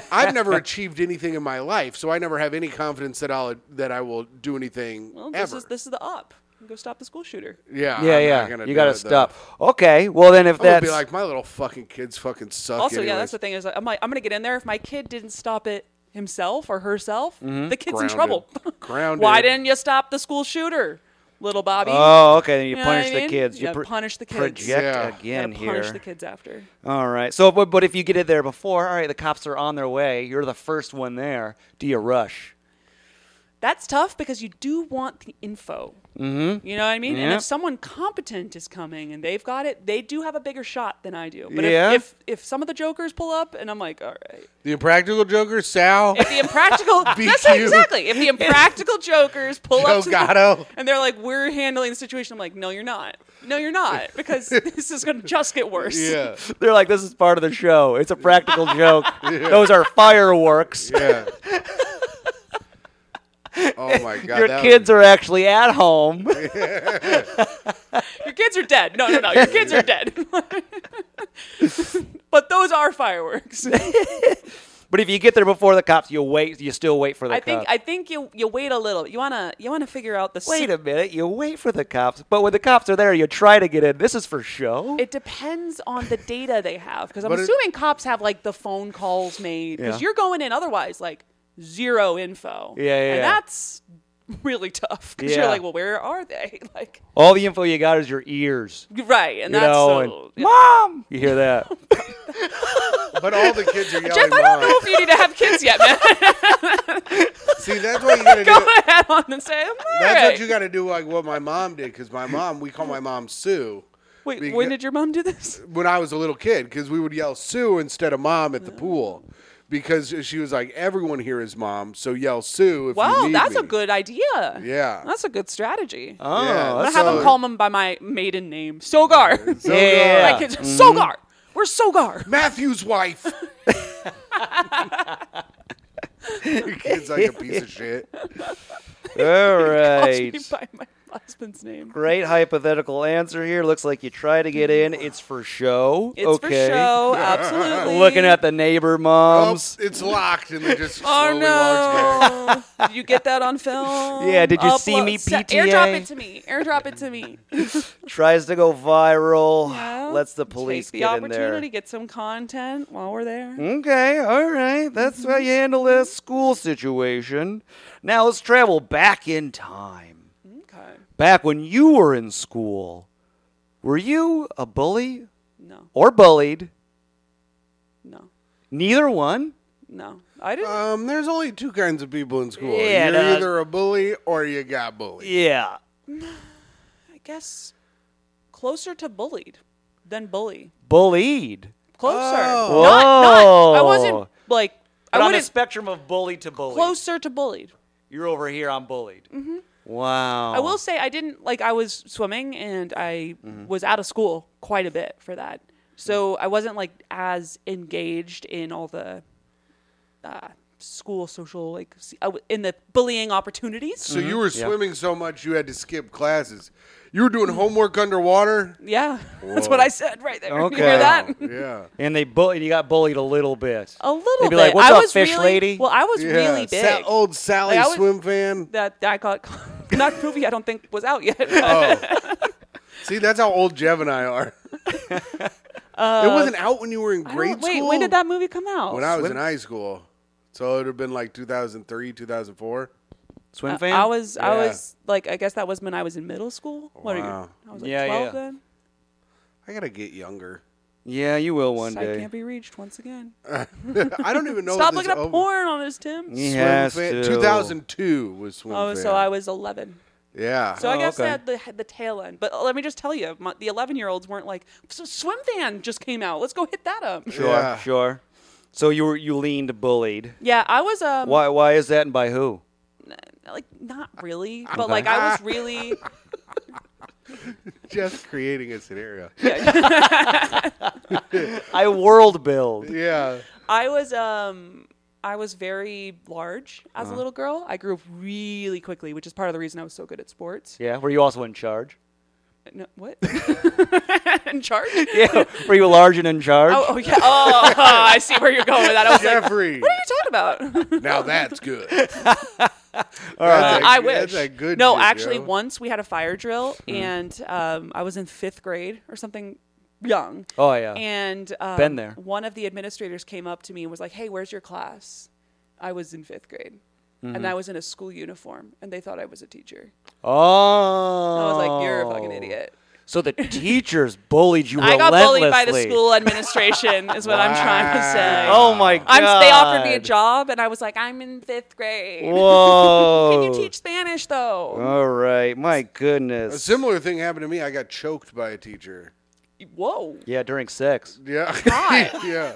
Speaker 1: I've never achieved anything in my life, so I never have any confidence that I'll that I will do anything
Speaker 3: well, this
Speaker 1: ever.
Speaker 3: is this is the op. Go stop the school shooter.
Speaker 1: yeah,
Speaker 2: Yeah,
Speaker 1: I'm
Speaker 2: yeah.
Speaker 1: not gonna
Speaker 2: you
Speaker 1: do
Speaker 2: gotta
Speaker 1: it, though.
Speaker 2: stop. Okay, well then if
Speaker 1: I'm gonna
Speaker 2: that's
Speaker 1: be like my little fucking kids fucking suck.
Speaker 3: Also, yeah,
Speaker 1: anyways."
Speaker 3: that's the thing is, like, I'm like, I'm gonna get in there. If my kid didn't stop it himself or herself, the kid's
Speaker 1: Mm-hmm. Grounded.
Speaker 3: in trouble.
Speaker 1: Grounded.
Speaker 3: Why didn't you stop the school shooter, little Bobby?
Speaker 2: Oh, okay. Then you,
Speaker 3: You know what I
Speaker 2: punish the
Speaker 3: mean?
Speaker 2: kids.
Speaker 3: Yeah,
Speaker 2: pr-
Speaker 3: punish the kids.
Speaker 2: Project
Speaker 1: Yeah.
Speaker 2: again
Speaker 3: Gotta
Speaker 2: here.
Speaker 3: punish the kids after.
Speaker 2: All right. So, but, but if you get in there before, all right, the cops are on their way. You're the first one there. Do you rush?
Speaker 3: That's tough because you do want the info. Mm-hmm. You know what I mean? And
Speaker 2: Yeah.
Speaker 3: if someone competent is coming and they've got it, they do have a bigger shot than I do. But
Speaker 2: Yeah.
Speaker 3: if, if if some of the jokers pull up and I'm like, all right.
Speaker 1: The impractical joker, Sal.
Speaker 3: If the impractical
Speaker 1: Beat
Speaker 3: That's
Speaker 1: you.
Speaker 3: exactly. If the impractical jokers pull
Speaker 1: Joe
Speaker 3: up to the-
Speaker 1: Gatto.
Speaker 3: and they're like, We're handling the situation, I'm like, No, you're not. No, you're not, because this is gonna just get worse.
Speaker 1: yeah.
Speaker 2: They're like, this is part of the show. It's a practical joke. Those are fireworks.
Speaker 1: Yeah. oh my god.
Speaker 2: Your
Speaker 1: that
Speaker 2: kids are actually at home.
Speaker 3: Your kids are dead. No, no, no. Your kids are dead. but those are fireworks.
Speaker 2: but if you get there before the cops, you wait. You still wait for the
Speaker 3: I
Speaker 2: cops.
Speaker 3: think I think you you wait a little. You wanna you wanna figure out the si-
Speaker 2: wait a minute. You wait for the cops. But when the cops are there, you try to get in. This is for show.
Speaker 3: It depends on the data they have because I'm
Speaker 1: But it-
Speaker 3: assuming cops have like the phone calls made because
Speaker 2: Yeah.
Speaker 3: you're going in otherwise like zero info.
Speaker 2: Yeah, yeah, yeah.
Speaker 3: and that's really tough because
Speaker 2: Yeah.
Speaker 3: you're like, well, where are they? Like,
Speaker 2: All the info you got is your ears.
Speaker 3: right, and
Speaker 2: You
Speaker 3: that's
Speaker 2: know,
Speaker 3: so.
Speaker 2: and, mom. You hear that?
Speaker 1: But all the kids are yelling.
Speaker 3: Jeff, I
Speaker 1: "Mom."
Speaker 3: don't know if you need to have kids yet, man.
Speaker 1: See, that's what you gotta
Speaker 3: Go
Speaker 1: do.
Speaker 3: ahead on and say, I'm all
Speaker 1: That's
Speaker 3: right.
Speaker 1: what you gotta do. Like what my mom did, because my mom, we call my mom Sue.
Speaker 3: Wait,
Speaker 1: beca-
Speaker 3: when did your mom do this?
Speaker 1: when I was a little kid because we would yell Sue instead of mom
Speaker 3: Mm.
Speaker 1: at the pool because she was like, everyone here is mom, so yell Sue if you
Speaker 3: Wow,
Speaker 1: need
Speaker 3: that's
Speaker 1: me."
Speaker 3: a good idea.
Speaker 1: Yeah.
Speaker 3: that's a good strategy.
Speaker 2: Oh,
Speaker 1: Yeah,
Speaker 3: I'm
Speaker 2: that's
Speaker 3: gonna have
Speaker 1: so-
Speaker 3: them call him by my maiden name, Sogar.
Speaker 1: So
Speaker 2: Yeah.
Speaker 1: good.
Speaker 3: My kids, Sogar. We're Sogar.
Speaker 1: Matthew's wife. Your kid's like a piece of shit.
Speaker 2: all
Speaker 3: Calls me
Speaker 2: right.
Speaker 3: by my husband's name.
Speaker 2: Great hypothetical answer here. Looks like you try to get in. It's for show.
Speaker 3: It's
Speaker 2: okay.
Speaker 3: for show, absolutely.
Speaker 2: Looking at the neighbor
Speaker 1: Oh,
Speaker 2: moms.
Speaker 1: it's locked, and they just
Speaker 3: Oh
Speaker 1: slowly walks back.
Speaker 3: no! Did you get that on film?
Speaker 2: Yeah, did you see me,
Speaker 3: se-
Speaker 2: PTA?
Speaker 3: Airdrop it to me. Airdrop it to me.
Speaker 2: Tries to go viral.
Speaker 3: Yeah.
Speaker 2: Lets the police
Speaker 3: Take the
Speaker 2: get in there.
Speaker 3: opportunity, get some content while we're there.
Speaker 2: Okay, all right. That's how you handle this school situation. Now let's travel back in time.
Speaker 3: Okay.
Speaker 2: Back when you were in school. Were you a bully
Speaker 3: No,
Speaker 2: or bullied?
Speaker 3: no,
Speaker 2: Neither one.
Speaker 3: no. I didn't.
Speaker 1: Um, there's only two kinds of people in school.
Speaker 2: Yeah,
Speaker 1: You're
Speaker 2: no.
Speaker 1: either a bully or you got bullied.
Speaker 2: Yeah.
Speaker 3: I guess closer to bullied than bully.
Speaker 2: Bullied.
Speaker 3: Closer.
Speaker 1: Oh.
Speaker 3: Not, not. I
Speaker 2: Whoa.
Speaker 3: wasn't like.
Speaker 2: But
Speaker 3: I
Speaker 2: on the
Speaker 3: wouldn't.
Speaker 2: spectrum of bully to bully,
Speaker 3: Closer to bullied.
Speaker 2: you're over here on bullied. Mm-hmm. Wow.
Speaker 3: I will say I didn't like I was swimming and I
Speaker 2: Mm-hmm.
Speaker 3: was out of school quite a bit for that. So I wasn't like as engaged in all the uh, school social like s- I w- in the bullying opportunities.
Speaker 1: So you were
Speaker 2: yeah.
Speaker 1: swimming so much you had to skip classes. You were doing homework underwater.
Speaker 3: yeah, that's what I said right there. You
Speaker 2: Okay.
Speaker 3: hear that?
Speaker 1: yeah.
Speaker 2: And they bu- you got bullied a little bit.
Speaker 3: A little
Speaker 2: They'd be
Speaker 3: bit.
Speaker 2: like, "What's
Speaker 3: I
Speaker 2: up,
Speaker 3: was
Speaker 2: fish
Speaker 3: really,
Speaker 2: lady?" oh.
Speaker 3: Well, I was
Speaker 1: yeah.
Speaker 3: really
Speaker 1: Sa-
Speaker 3: big.
Speaker 1: old Sally
Speaker 3: Like, I was-
Speaker 1: swim fan.
Speaker 3: that I got that movie I don't think was out
Speaker 2: Oh,
Speaker 3: yet.
Speaker 1: See, that's how old Jev and I are. it wasn't out when you were in
Speaker 3: Uh, I don't-
Speaker 1: grade
Speaker 3: wait,
Speaker 1: school.
Speaker 3: when did that movie come out?
Speaker 1: When I was
Speaker 2: Swim-
Speaker 1: in high school, so it would have been like 2003, 2004.
Speaker 2: Swim
Speaker 3: Uh,
Speaker 2: fan?
Speaker 3: I was I
Speaker 1: Yeah.
Speaker 3: was like I guess that was when I was in middle school. What are
Speaker 1: Wow.
Speaker 3: you? I was like
Speaker 2: Yeah,
Speaker 3: 12
Speaker 2: yeah.
Speaker 3: then.
Speaker 1: I gotta get younger.
Speaker 2: Yeah, you will one
Speaker 3: Site
Speaker 2: day.
Speaker 3: can't be reached once again.
Speaker 1: I don't even know.
Speaker 3: Stop
Speaker 1: if this
Speaker 3: looking up
Speaker 1: over-
Speaker 3: porn on this Tim.
Speaker 2: He
Speaker 1: Swim
Speaker 2: has
Speaker 1: fan-
Speaker 2: to.
Speaker 1: 2002 was swim
Speaker 3: Oh,
Speaker 1: fan.
Speaker 3: so I was 11.
Speaker 1: Yeah.
Speaker 3: So
Speaker 2: Oh,
Speaker 3: I guess
Speaker 2: okay.
Speaker 3: that the the tail end. But uh, let me just tell you, my, the 11 year olds weren't like so swim fan just came out. Let's go hit that up.
Speaker 2: Sure,
Speaker 1: Yeah.
Speaker 2: sure. So you were you leaned bullied.
Speaker 3: Yeah, I was um
Speaker 2: Why why is that and by who?
Speaker 3: like not really, but like I was really
Speaker 1: just creating a scenario.
Speaker 2: I world build.
Speaker 1: Yeah.
Speaker 3: I was um I was very large as
Speaker 2: Uh-huh.
Speaker 3: a little girl. I grew up really quickly, which is part of the reason I was so good at sports.
Speaker 2: Yeah, were you also in charge?
Speaker 3: No, what? in charge?
Speaker 2: Yeah, were you large and in charge?
Speaker 3: Oh, oh, yeah. Oh, I see where you're going with that. I was like, what
Speaker 1: Jeffrey.
Speaker 3: are you talking about?
Speaker 1: now that's good.
Speaker 3: Uh,
Speaker 1: That's a-
Speaker 3: I wish.
Speaker 1: That's a good
Speaker 3: no,
Speaker 1: shit,
Speaker 3: actually,
Speaker 1: yo.
Speaker 3: once we had a fire drill, and um, I was in fifth grade or something, young.
Speaker 2: Oh, yeah.
Speaker 3: And um,
Speaker 2: Been there.
Speaker 3: One of the administrators came up to me and was like, "Hey, where's your class?" I was in fifth grade, and I was in a school uniform, and they thought I was a teacher.
Speaker 2: Oh.
Speaker 3: I was like, "You're a fucking idiot."
Speaker 2: So the teachers bullied you
Speaker 3: I got bullied by the
Speaker 2: relentlessly.
Speaker 3: school administration, is what I'm trying to say.
Speaker 2: Oh my god.
Speaker 3: I'm, they offered me a job, and I was like, "I'm in fifth grade.
Speaker 2: Whoa.
Speaker 3: Can you teach Spanish though?"
Speaker 2: All right. My
Speaker 1: A
Speaker 2: goodness.
Speaker 1: similar thing happened to me. I got choked by a teacher.
Speaker 3: Whoa.
Speaker 2: Yeah, during sex.
Speaker 1: Yeah. yeah.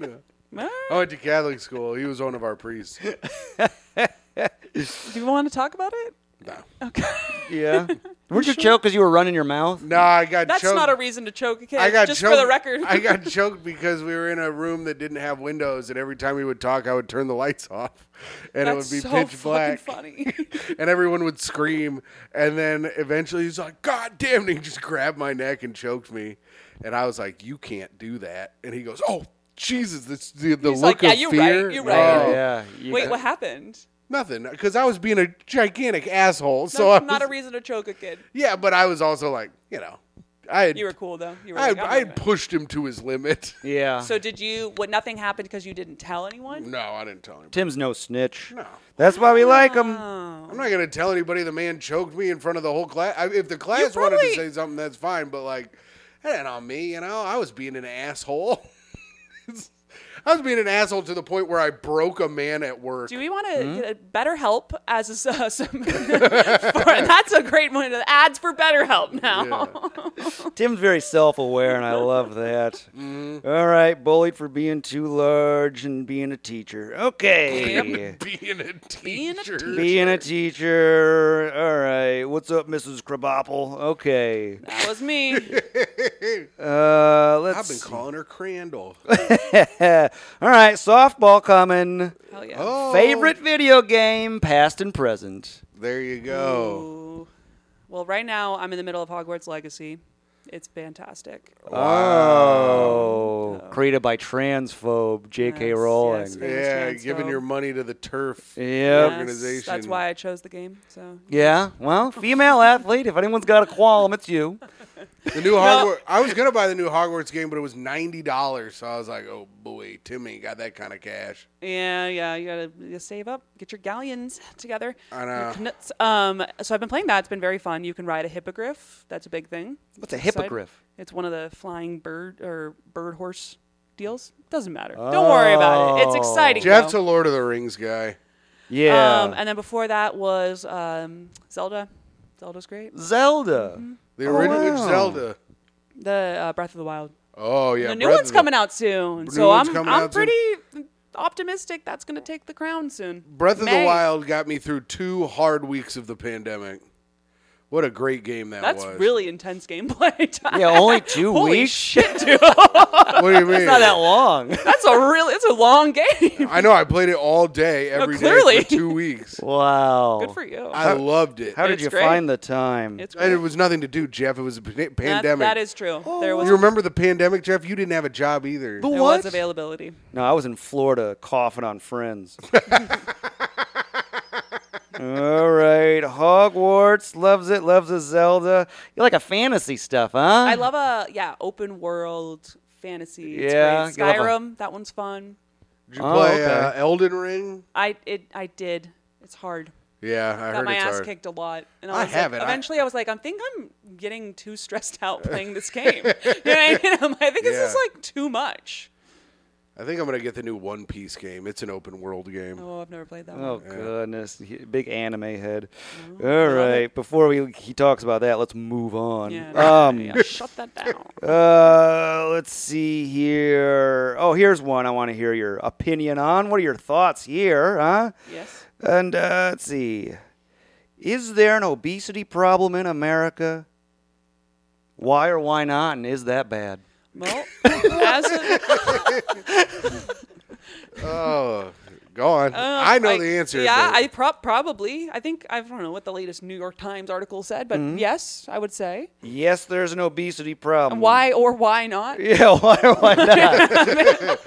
Speaker 3: All right.
Speaker 1: I went to Catholic school. He was one of our priests.
Speaker 3: Do you want to talk about it?
Speaker 1: No.
Speaker 2: Yeah. Weren't you choked because you were running your mouth?
Speaker 1: No, I got
Speaker 3: That's
Speaker 1: choked.
Speaker 3: not a reason to choke a kid.
Speaker 1: I got
Speaker 3: just
Speaker 1: choked.
Speaker 3: for the record.
Speaker 1: I got choked because we were in a room that didn't have windows, and every time we would talk, I would turn the lights off, and
Speaker 3: That's
Speaker 1: it would be
Speaker 3: so
Speaker 1: pitch black,
Speaker 3: fucking funny.
Speaker 1: and everyone would scream. And then eventually, he's like, "God damn!" And he just grabbed my neck and choked me, and I was like, "You can't do that." And he goes, "Oh." Jesus, this, the, the
Speaker 3: He's
Speaker 1: look
Speaker 3: like, "Yeah,
Speaker 1: of
Speaker 3: you're right,
Speaker 1: fear.
Speaker 3: you're right."
Speaker 1: Oh,
Speaker 2: Yeah. you-
Speaker 3: Wait, what happened?
Speaker 1: Nothing, because I was being a gigantic asshole.
Speaker 3: That's
Speaker 1: so I
Speaker 3: not
Speaker 1: was-
Speaker 3: a reason to choke a kid.
Speaker 1: yeah, but I was also like, you know, I had
Speaker 3: You were cool though. You were.
Speaker 1: I,
Speaker 3: like, "Oh, I'm
Speaker 1: I
Speaker 3: not
Speaker 1: had
Speaker 3: gonna-
Speaker 1: pushed him to his limit.
Speaker 2: Yeah.
Speaker 3: so did you? What? Nothing happened because you didn't tell anyone.
Speaker 1: No, I didn't tell him.
Speaker 2: Tim's no snitch.
Speaker 1: No.
Speaker 2: That's why we like him.
Speaker 3: Ah.
Speaker 1: I'm not gonna tell anybody the man choked me in front of the whole class. I, if the class wanted
Speaker 3: probably-
Speaker 1: to say something, that's fine. But like, that ain't on me. You know, I was being an asshole. I was being an asshole to the point where I broke a man at work.
Speaker 3: Do we want to
Speaker 1: Hmm?
Speaker 3: get a better help as a, s- some? for, that's a great one. The ads for better help now.
Speaker 2: Tim's very self-aware, and I love that. All right, bullied for being too large and being a teacher. Okay.
Speaker 1: being a
Speaker 3: a
Speaker 1: teacher.
Speaker 2: being a teacher. All right. What's up, Mrs. Krabapple? Okay.
Speaker 3: That was me.
Speaker 2: Uh, let's.
Speaker 1: I've been calling her Crandall.
Speaker 2: All right, softball coming.
Speaker 3: Hell yeah.
Speaker 1: Oh,
Speaker 2: Favorite video game, past and present.
Speaker 1: There you go.
Speaker 3: Ooh. Well, right now I'm in the middle of Hogwarts Legacy. It's fantastic.
Speaker 2: Oh, created by transphobe J.K.
Speaker 3: Yes,
Speaker 2: Rowling.
Speaker 3: yes, very-
Speaker 1: Yeah,
Speaker 3: Thanks,
Speaker 1: giving
Speaker 3: Rob.
Speaker 1: your money to the turf
Speaker 2: Yep.
Speaker 1: organization.
Speaker 3: That's why I chose the game. So
Speaker 2: Yeah, well, female athlete. If anyone's got a qualm, it's you.
Speaker 1: The new Hogwarts. I was gonna buy the new Hogwarts game, but it was ninety dollars. So I was like, "Oh boy, Tim ain't got that kind of cash."
Speaker 3: yeah, yeah, you gotta you save up, get your galleons together.
Speaker 1: I
Speaker 3: your
Speaker 1: know.
Speaker 3: knuts. Um, so I've been playing that. It's been very fun. You can ride a hippogriff. That's a big thing.
Speaker 2: What's a
Speaker 3: Excited.
Speaker 2: hippogriff?
Speaker 3: It's one of the flying bird or bird horse deals. Doesn't matter. Don't worry about it. It's
Speaker 2: Oh.
Speaker 3: exciting.
Speaker 1: Jeff's a
Speaker 3: though.
Speaker 1: Lord of the Rings guy.
Speaker 2: Yeah.
Speaker 3: Um, and then before that was um, Zelda. Zelda's great.
Speaker 2: Zelda.
Speaker 1: The original
Speaker 2: Oh, wow.
Speaker 1: Zelda.
Speaker 3: The uh, Breath of the Wild.
Speaker 1: Oh yeah,
Speaker 3: the new
Speaker 1: Breath
Speaker 3: one's
Speaker 1: of
Speaker 3: coming out soon. so
Speaker 1: one's
Speaker 3: I'm
Speaker 1: coming
Speaker 3: I'm
Speaker 1: out soon.
Speaker 3: pretty optimistic that's going to take the crown soon.
Speaker 1: Breath of the
Speaker 3: May.
Speaker 1: Wild got me through two hard weeks of the pandemic. What a great game that
Speaker 3: That's
Speaker 1: was.
Speaker 3: really intense gameplay time.
Speaker 2: Yeah, only two
Speaker 3: Holy
Speaker 2: weeks.
Speaker 3: shit, dude.
Speaker 1: What do you mean?
Speaker 2: It's not that long.
Speaker 3: That's a real. It's a long game.
Speaker 1: I know. I played it all day every day
Speaker 3: clearly.
Speaker 1: for two weeks.
Speaker 2: wow.
Speaker 3: Good for you.
Speaker 1: I loved it.
Speaker 2: How did
Speaker 3: It's
Speaker 2: you
Speaker 3: great.
Speaker 2: find the time?
Speaker 3: it's great.
Speaker 1: and it was nothing to do, Jeff. It was a pa- pandemic. Oh,
Speaker 3: That- that is true. there was
Speaker 1: You remember the pandemic, Jeff? You didn't have a job either.
Speaker 2: The
Speaker 3: there
Speaker 2: what?
Speaker 3: was availability.
Speaker 2: no, I was in Florida coughing on friends. All right, Hogwarts loves it, loves a Zelda. You like a fantasy stuff, huh?
Speaker 3: I love a yeah open world fantasy. It's
Speaker 2: Yeah,
Speaker 3: great.
Speaker 2: you love a-
Speaker 3: Skyrim. that one's fun.
Speaker 1: Did you
Speaker 2: Oh,
Speaker 1: play uh,
Speaker 2: okay.
Speaker 1: Elden Ring?
Speaker 3: I it I did. It's hard.
Speaker 1: Yeah, I
Speaker 3: Got
Speaker 1: heard
Speaker 3: my
Speaker 1: it's
Speaker 3: ass
Speaker 1: hard.
Speaker 3: kicked a lot, and
Speaker 1: I
Speaker 3: I was
Speaker 1: haven't.
Speaker 3: Like,
Speaker 1: I-
Speaker 3: eventually, I, was like, I think I'm getting too stressed out playing this game. you know what I mean? I'm- I think this is
Speaker 1: Yeah.
Speaker 3: like too much.
Speaker 1: I think I'm gonna get the new One Piece game. It's an open world game.
Speaker 3: Oh, I've never played that one.
Speaker 2: Oh goodness, He- big anime head.
Speaker 3: Mm-hmm.
Speaker 2: All right, before we he talks about that, let's move on.
Speaker 3: Yeah, no,
Speaker 2: um,
Speaker 3: yeah, shut that down.
Speaker 2: uh, let's see here. Oh, here's one I want to hear your opinion on. What are your thoughts here, huh?
Speaker 3: yes.
Speaker 2: And uh, let's see. Is there an obesity problem in America? Why or why not? And is that bad?
Speaker 3: Well, as of-
Speaker 1: Oh, go on.
Speaker 3: Um,
Speaker 1: I know the answer.
Speaker 3: Yeah,
Speaker 1: but-
Speaker 3: I prob- probably. I think I don't know what the latest New York Times article said, but
Speaker 1: Mm-hmm.
Speaker 3: yes, I would say.
Speaker 2: Yes, there's an obesity
Speaker 1: Mm.
Speaker 2: problem.
Speaker 3: Why or why not?
Speaker 2: Yeah, why or why not?
Speaker 1: and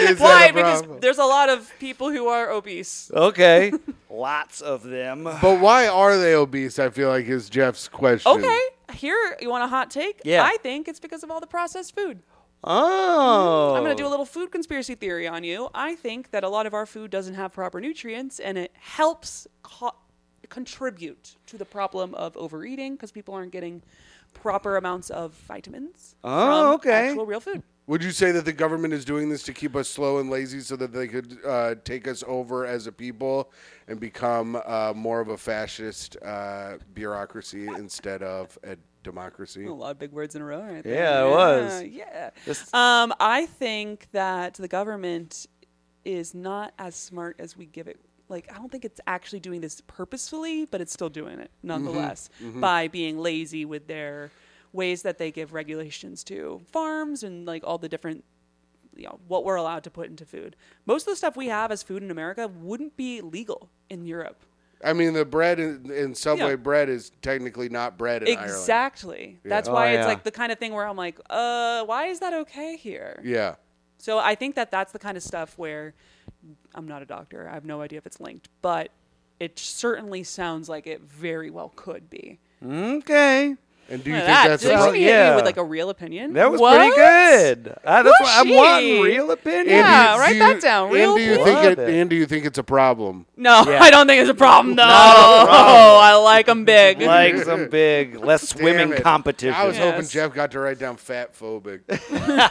Speaker 1: is
Speaker 3: Why?
Speaker 1: that a
Speaker 3: Because
Speaker 1: problem?
Speaker 3: there's a lot of people who are obese.
Speaker 2: okay. Lots of them.
Speaker 1: But why are they obese? I feel like is Jeff's question.
Speaker 3: Okay, here you want a hot take?
Speaker 2: Yeah.
Speaker 3: I think it's because of all the processed food.
Speaker 2: Oh.
Speaker 3: I'm going to do a little food conspiracy theory on you. I think that a lot of our food doesn't have proper nutrients and it helps co- contribute to the problem of overeating because people aren't getting proper amounts of vitamins
Speaker 2: Oh,
Speaker 3: from
Speaker 2: okay.
Speaker 3: actual real food.
Speaker 1: Would you say that the government is doing this to keep us slow and lazy so that they could uh, take us over as a people and become uh, more of a fascist uh, bureaucracy instead of a democracy?
Speaker 3: A lot of big words in a row, right? There.
Speaker 2: Yeah, it was.
Speaker 3: Yeah.
Speaker 2: This-
Speaker 3: Um, I think that the government is not as smart as we give it. Like, I don't think it's actually doing this purposefully, but it's still doing it
Speaker 2: Mm-hmm,
Speaker 3: nonetheless by being lazy with their ways that they give regulations to farms and like all the different you know what we're allowed to put into food. Most of the stuff we have as food in America wouldn't be legal in Europe.
Speaker 1: I mean, the bread in, in Subway
Speaker 3: Yeah.
Speaker 1: bread is technically not bread in Ireland.
Speaker 3: Exactly. That's
Speaker 2: Oh,
Speaker 3: why it's
Speaker 2: yeah.
Speaker 3: like the kind of thing where I'm like, uh, why is that okay here?
Speaker 1: Yeah.
Speaker 3: So I think that that's the kind of stuff where I'm not a doctor. I have no idea if it's linked, but it certainly sounds like it very well could be.
Speaker 2: Okay.
Speaker 1: And do you
Speaker 3: Look at
Speaker 1: think
Speaker 3: that.
Speaker 1: that's
Speaker 3: Did
Speaker 2: about-
Speaker 3: she hit
Speaker 2: yeah.
Speaker 3: me with like a real opinion?
Speaker 2: That was
Speaker 3: What?
Speaker 2: pretty good. I, that's
Speaker 3: Was
Speaker 2: why I'm wanting
Speaker 3: she?
Speaker 2: real opinion.
Speaker 3: Yeah,
Speaker 1: do
Speaker 3: write
Speaker 1: you-
Speaker 3: that down. Real
Speaker 1: and do you
Speaker 3: quick.
Speaker 1: think
Speaker 2: Love
Speaker 1: it,
Speaker 2: it.
Speaker 1: and do you think it's a problem?
Speaker 3: No,
Speaker 2: Yeah.
Speaker 3: I don't think it's a problem though. I like them big.
Speaker 2: like some big less
Speaker 1: Damn
Speaker 2: swimming
Speaker 1: it.
Speaker 2: competition.
Speaker 1: I was
Speaker 3: Yeah.
Speaker 1: hoping
Speaker 3: Yes.
Speaker 1: Jeff got to write down fat phobic.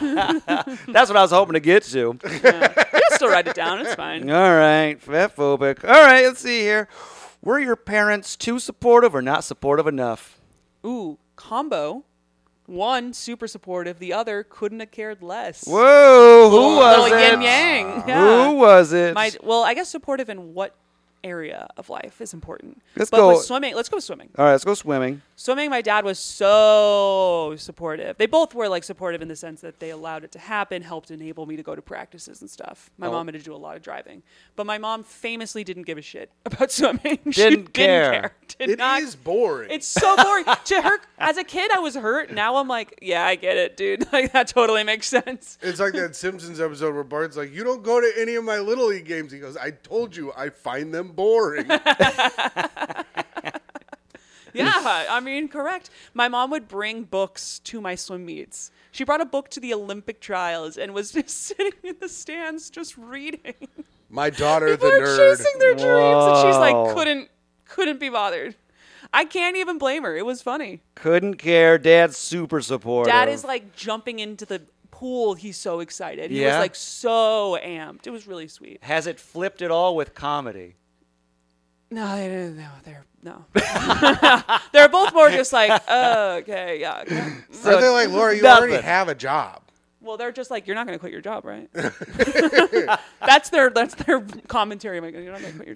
Speaker 2: That's what I was hoping to get to.
Speaker 3: you can still write it down. It's fine.
Speaker 2: All right, fat phobic. All right, let's see here. Were your parents too supportive or not supportive enough?
Speaker 3: Ooh, combo. One super supportive. The other couldn't have cared less.
Speaker 2: Whoa, who
Speaker 3: Little
Speaker 2: was it?
Speaker 3: yin yang. Oh, Yeah.
Speaker 2: Who was it?
Speaker 3: My well, I guess supportive in what area of life is important.
Speaker 2: Let's
Speaker 3: but
Speaker 2: go-
Speaker 3: with swimming. Let's go with swimming.
Speaker 2: All right, let's go swimming.
Speaker 3: Swimming. My dad was so supportive. They both were like supportive in the sense that they allowed it to happen, helped enable me to go to practices and stuff. My
Speaker 2: Oh.
Speaker 3: mom had to do a lot of driving, but my mom famously didn't give a shit about swimming. she
Speaker 2: Didn't care.
Speaker 3: Didn't care. Did
Speaker 1: It is
Speaker 3: not
Speaker 1: boring.
Speaker 3: it's so boring. to her, as a kid, I was hurt. Now I'm like, yeah, I get it, dude. Like that totally makes sense.
Speaker 1: It's like that Simpsons episode where Bart's like, "You don't go to any of my little league games." He goes, "I told you, I find them boring."
Speaker 3: Yeah, I mean, correct. My mom would bring books to my swim meets. She brought a book to the Olympic trials and was just sitting in the stands just reading.
Speaker 1: my daughter, the
Speaker 3: People are
Speaker 1: nerd.
Speaker 3: chasing their dreams, and she's
Speaker 2: Wow.
Speaker 3: like, couldn't, couldn't be bothered. I can't even blame her. It was funny.
Speaker 2: Couldn't care. Dad's super supportive.
Speaker 3: Dad is like jumping into the pool. He's so excited. He
Speaker 2: Yeah?
Speaker 3: was like so amped. It was really sweet.
Speaker 2: Has it flipped at all with comedy?
Speaker 3: No, they didn't. No, they're no. they're both more just like, uh, okay, yeah. okay.
Speaker 1: Are they like Laura? You
Speaker 2: Nothing.
Speaker 1: already have a job.
Speaker 3: Well, they're just like, you're not going to quit your job, right? that's their that's their commentary. I'm like, you're not going to quit your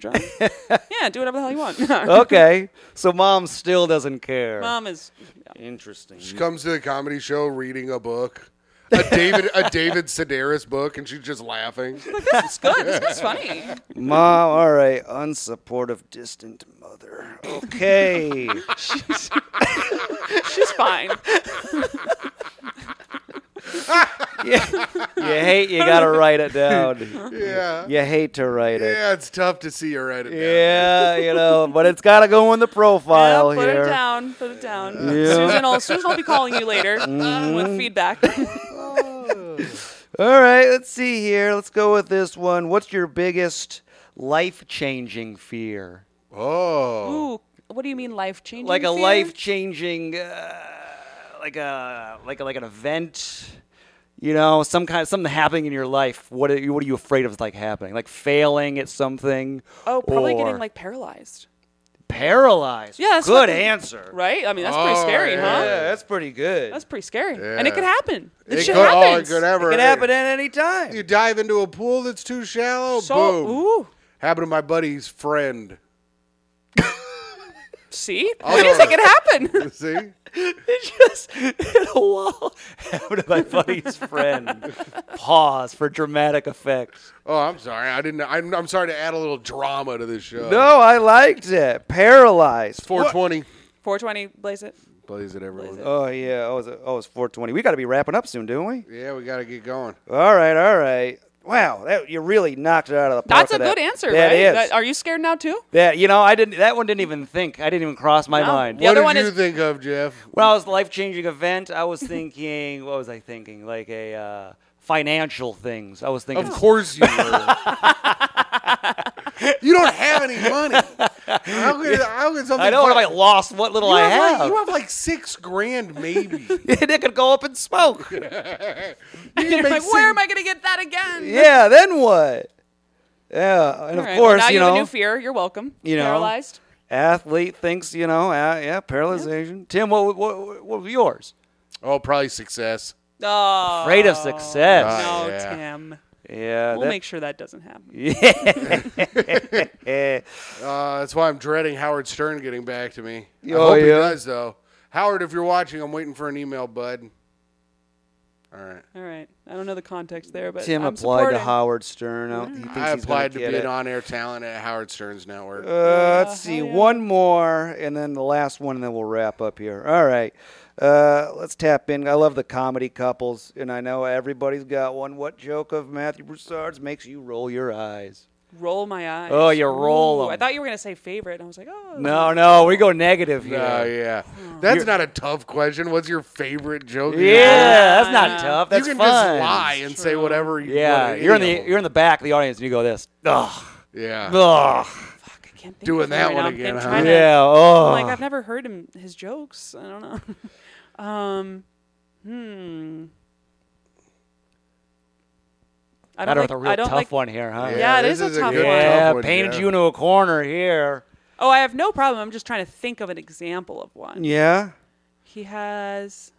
Speaker 3: job. yeah, do whatever the hell you want.
Speaker 2: okay, so mom still doesn't care.
Speaker 3: Mom is.
Speaker 2: Interesting.
Speaker 1: She comes to the comedy show reading a book, a David a David Sedaris book, and she's just laughing.
Speaker 3: It's good. This is funny.
Speaker 2: Mom, all right, unsupportive, distant mother. Okay.
Speaker 3: She's fine.
Speaker 2: yeah. You hate, you gotta write it down.
Speaker 1: Yeah.
Speaker 2: You hate to write it.
Speaker 1: Yeah, it's tough to see her right it. down.
Speaker 2: Yeah, you know, but it's gotta go in the
Speaker 3: Yeah,
Speaker 2: profile
Speaker 3: put
Speaker 2: here.
Speaker 3: it down. Put it down.
Speaker 2: Yeah.
Speaker 3: Susan, will, Susan will be calling you later
Speaker 1: Mm-hmm.
Speaker 3: um, with feedback.
Speaker 2: All right, let's see here. Let's go with this one. What's your biggest life changing fear?
Speaker 1: Oh.
Speaker 3: Ooh, what do you mean life changing?
Speaker 2: Like a life changing, uh, like a like a, like an event. You know, some kind of something happening in your life. What are you, what are you afraid of? Like happening, like failing at something.
Speaker 3: Oh, probably
Speaker 2: or
Speaker 3: getting like paralyzed.
Speaker 2: paralyzed.
Speaker 3: Yeah, that's
Speaker 2: good
Speaker 3: fucking-
Speaker 2: answer.
Speaker 3: Right? I mean, that's pretty
Speaker 1: Oh,
Speaker 3: scary,
Speaker 1: yeah.
Speaker 3: huh?
Speaker 2: Yeah, that's pretty good.
Speaker 3: That's pretty scary. And
Speaker 1: Yeah.
Speaker 3: it could happen. This
Speaker 1: It
Speaker 3: shit
Speaker 1: could- oh, it
Speaker 3: happens.
Speaker 1: could happen.
Speaker 2: it can
Speaker 1: right.
Speaker 2: happen at any time.
Speaker 1: You dive into a pool that's too shallow.
Speaker 3: So,
Speaker 1: boom.
Speaker 3: ooh.
Speaker 1: Happened to my buddy's friend.
Speaker 3: See?
Speaker 1: All
Speaker 3: What do you
Speaker 1: right.
Speaker 3: think it happened?
Speaker 1: See?
Speaker 2: It just hit a wall. Happened to my buddy's friend. Pause for dramatic effects.
Speaker 1: Oh, I'm sorry. I didn't. I'm, I'm sorry to add a little drama to this show.
Speaker 2: No, I liked it. Paralyzed.
Speaker 1: 420.
Speaker 3: 420, blaze it.
Speaker 1: Plays it everyone.
Speaker 2: Oh yeah. Oh, it's, oh, it's 420. We got to be wrapping up soon, don't we?
Speaker 1: Yeah, we got to get going.
Speaker 2: All right, all right. Wow, that, you really knocked it out of the park.
Speaker 3: That's a
Speaker 2: with
Speaker 3: good
Speaker 2: that.
Speaker 3: answer,
Speaker 2: That
Speaker 3: right?
Speaker 2: is.
Speaker 3: That- are you scared now, too?
Speaker 2: that you know, I didn't. That one didn't even think. I didn't even cross my
Speaker 3: No.
Speaker 2: mind.
Speaker 3: The
Speaker 1: what
Speaker 3: other
Speaker 1: did
Speaker 3: one
Speaker 1: you
Speaker 3: is-
Speaker 1: think of, Jeff?
Speaker 2: when I was life changing event, I was thinking, what was I thinking? Like a uh, financial things. I was thinking.
Speaker 1: Of course you were. you don't have any money. How could, how could something
Speaker 2: I know. What
Speaker 1: fun-
Speaker 2: if I lost what little
Speaker 1: you
Speaker 2: I
Speaker 1: have
Speaker 2: have?
Speaker 1: Like, you have like six grand, maybe.
Speaker 2: it could go up in smoke.
Speaker 1: You
Speaker 3: You're
Speaker 1: make
Speaker 3: like, where
Speaker 1: six-
Speaker 3: am I going to get that again?
Speaker 2: yeah. Then what? Yeah, and
Speaker 3: All
Speaker 2: of
Speaker 3: right, well,
Speaker 2: course,
Speaker 3: now
Speaker 2: you
Speaker 3: have
Speaker 2: know,
Speaker 3: a new fear. You're welcome.
Speaker 2: You know.
Speaker 3: Paralyzed.
Speaker 2: athlete thinks you know, uh, yeah, paralyzation. Tim, what, what, what was yours?
Speaker 1: Oh, probably success.
Speaker 3: Oh.
Speaker 2: Afraid of success.
Speaker 3: No,
Speaker 1: yeah.
Speaker 3: Tim.
Speaker 2: Yeah,
Speaker 3: We'll
Speaker 2: that-
Speaker 3: make sure that doesn't happen.
Speaker 2: eh.
Speaker 1: Uh, that's why I'm dreading Howard Stern getting back to me.
Speaker 2: Oh,
Speaker 1: I hope he
Speaker 2: yeah?
Speaker 1: does, though. Howard, if you're watching, I'm waiting for an email, bud. All right.
Speaker 3: All right. I don't know the context there, but
Speaker 2: Tim
Speaker 3: I'm
Speaker 2: applied
Speaker 3: supporting.
Speaker 2: to Howard Stern. I, don't- he thinks
Speaker 1: I
Speaker 2: he's gonna
Speaker 1: applied to be
Speaker 2: get
Speaker 1: an
Speaker 2: it.
Speaker 1: on-air talent at Howard Stern's network.
Speaker 2: Uh, let's see,
Speaker 3: hell yeah.
Speaker 2: one more, and then the last one, and then we'll wrap up here. All right, uh, let's tap in. I love the comedy couples, and I know everybody's got one. What joke of Matthew Broussard's makes you roll your eyes?
Speaker 3: Roll my eyes.
Speaker 2: Oh, you roll
Speaker 3: Ooh,
Speaker 2: 'em.
Speaker 3: I thought you were going to say favorite, and I was like, oh.
Speaker 2: No, no, we go negative here.
Speaker 1: Oh yeah, that's not a tough question. What's your favorite joke?
Speaker 2: yeah, that's not tough.
Speaker 1: you
Speaker 2: That's
Speaker 1: can
Speaker 2: fun.
Speaker 1: just lie and say whatever. you
Speaker 2: Yeah,
Speaker 1: want,
Speaker 2: you're in
Speaker 1: any
Speaker 2: the
Speaker 1: of
Speaker 2: you're in the back of the audience, and you go this. Ugh,
Speaker 1: them. yeah.
Speaker 2: ugh.
Speaker 3: I can't think
Speaker 1: Doing
Speaker 3: of it
Speaker 1: that
Speaker 3: right
Speaker 1: one
Speaker 3: now.
Speaker 1: again,
Speaker 3: I'm
Speaker 1: huh?
Speaker 3: trying to-
Speaker 2: Yeah,
Speaker 3: I'm
Speaker 2: oh.
Speaker 3: like, I've never heard him his jokes. I don't know. um, hmm.
Speaker 2: I don't
Speaker 3: like-
Speaker 2: have a real
Speaker 3: I don't
Speaker 2: tough
Speaker 3: like-
Speaker 2: one here, huh?
Speaker 3: Yeah. it
Speaker 1: this
Speaker 3: is a
Speaker 1: a
Speaker 3: tough
Speaker 1: good,
Speaker 3: one.
Speaker 2: Yeah,
Speaker 1: tough one,
Speaker 2: painted
Speaker 1: yeah.
Speaker 2: you into a corner here.
Speaker 3: Oh, I have no problem. I'm just trying to think of an example of one.
Speaker 2: Yeah.
Speaker 3: He has.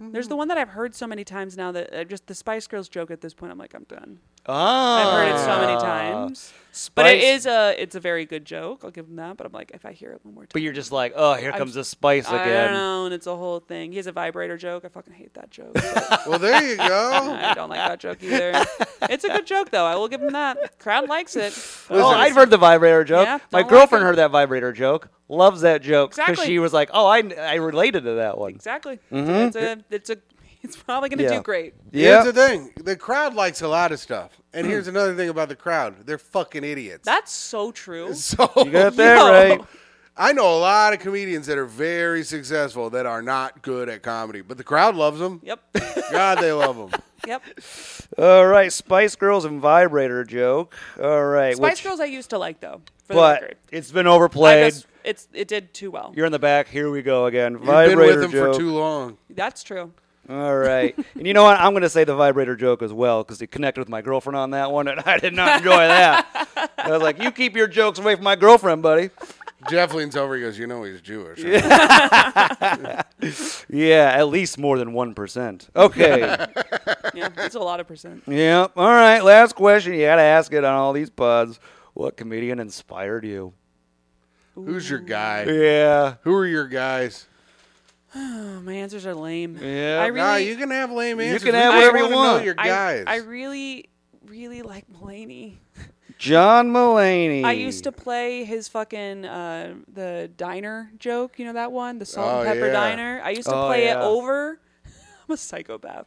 Speaker 3: There's the one that I've heard so many times now that uh, just the Spice Girls joke at this point. I'm like, I'm done.
Speaker 2: Oh.
Speaker 3: I've heard it so
Speaker 2: Uh,
Speaker 3: many times. But it is a it's a very good joke. I'll give him that. But I'm like, if I hear it one more time,
Speaker 2: But you're just like, oh, here comes the spice
Speaker 3: I
Speaker 2: again.
Speaker 3: don't know, and it's a whole thing. He has a vibrator joke. I fucking hate that joke.
Speaker 1: Well, there you go.
Speaker 3: I don't like that joke either. It's a good joke though. I will give him that. Crowd likes it.
Speaker 2: Oh, I've heard the vibrator joke.
Speaker 3: Yeah,
Speaker 2: My
Speaker 3: don't like
Speaker 2: girlfriend
Speaker 3: it.
Speaker 2: heard that vibrator joke. Loves that joke because
Speaker 3: Exactly.
Speaker 2: she was like, "Oh, I, I related to that one."
Speaker 3: exactly. It's a it's a it's probably gonna
Speaker 2: Yeah.
Speaker 3: do great.
Speaker 1: Here's
Speaker 2: Yeah,
Speaker 1: the thing: the crowd likes a lot of stuff, and
Speaker 2: Hmm.
Speaker 1: here's another thing about the crowd: they're fucking idiots.
Speaker 3: That's so true.
Speaker 1: so
Speaker 2: you got that
Speaker 3: Yo.
Speaker 2: right.
Speaker 1: I know a lot of comedians that are very successful that are not good at comedy, but the crowd loves them.
Speaker 3: Yep.
Speaker 1: God, they love them.
Speaker 3: Yep.
Speaker 2: All right, Spice Girls and vibrator joke. All right,
Speaker 3: Spice
Speaker 2: which-
Speaker 3: Girls I used to like though. For the
Speaker 2: but
Speaker 3: record.
Speaker 2: it's been
Speaker 3: I
Speaker 2: overplayed.
Speaker 3: guess it's it did too well.
Speaker 2: You're in the back. Here we go again.
Speaker 1: You've been
Speaker 2: vibrator
Speaker 1: with them
Speaker 2: joke.
Speaker 1: for too long.
Speaker 3: That's true.
Speaker 2: All right. and you know what? I'm going to say the vibrator joke as well because it connected with my girlfriend on that one, and I did not enjoy that. I was like, you keep your jokes away from my girlfriend, buddy.
Speaker 1: Jeff leans over. He goes, "You know he's Jewish." right?"
Speaker 2: Yeah, at least more than 1%. Okay.
Speaker 3: yeah, it's a lot of percent.
Speaker 2: yep. All right. Last question. You got to ask it on all these pods. What comedian inspired you?
Speaker 1: Who's your guy?
Speaker 2: Yeah.
Speaker 1: Who are your guys?
Speaker 3: Oh, my answers are lame.
Speaker 2: Yeah.
Speaker 3: I
Speaker 2: Nah,
Speaker 3: really,
Speaker 1: Nah, you can have lame answers.
Speaker 2: can
Speaker 1: We
Speaker 2: have
Speaker 1: just
Speaker 2: whatever you
Speaker 1: wanna
Speaker 2: want.
Speaker 1: Know your
Speaker 3: I,
Speaker 1: guys.
Speaker 3: I really, really like Mulaney.
Speaker 2: John Mulaney.
Speaker 3: I used to play his fucking uh, the diner joke. You know that one, the salt
Speaker 1: Oh,
Speaker 3: and pepper
Speaker 1: yeah.
Speaker 3: diner. I used to
Speaker 2: Oh,
Speaker 3: play it
Speaker 2: yeah.
Speaker 3: over. I'm a psychopath.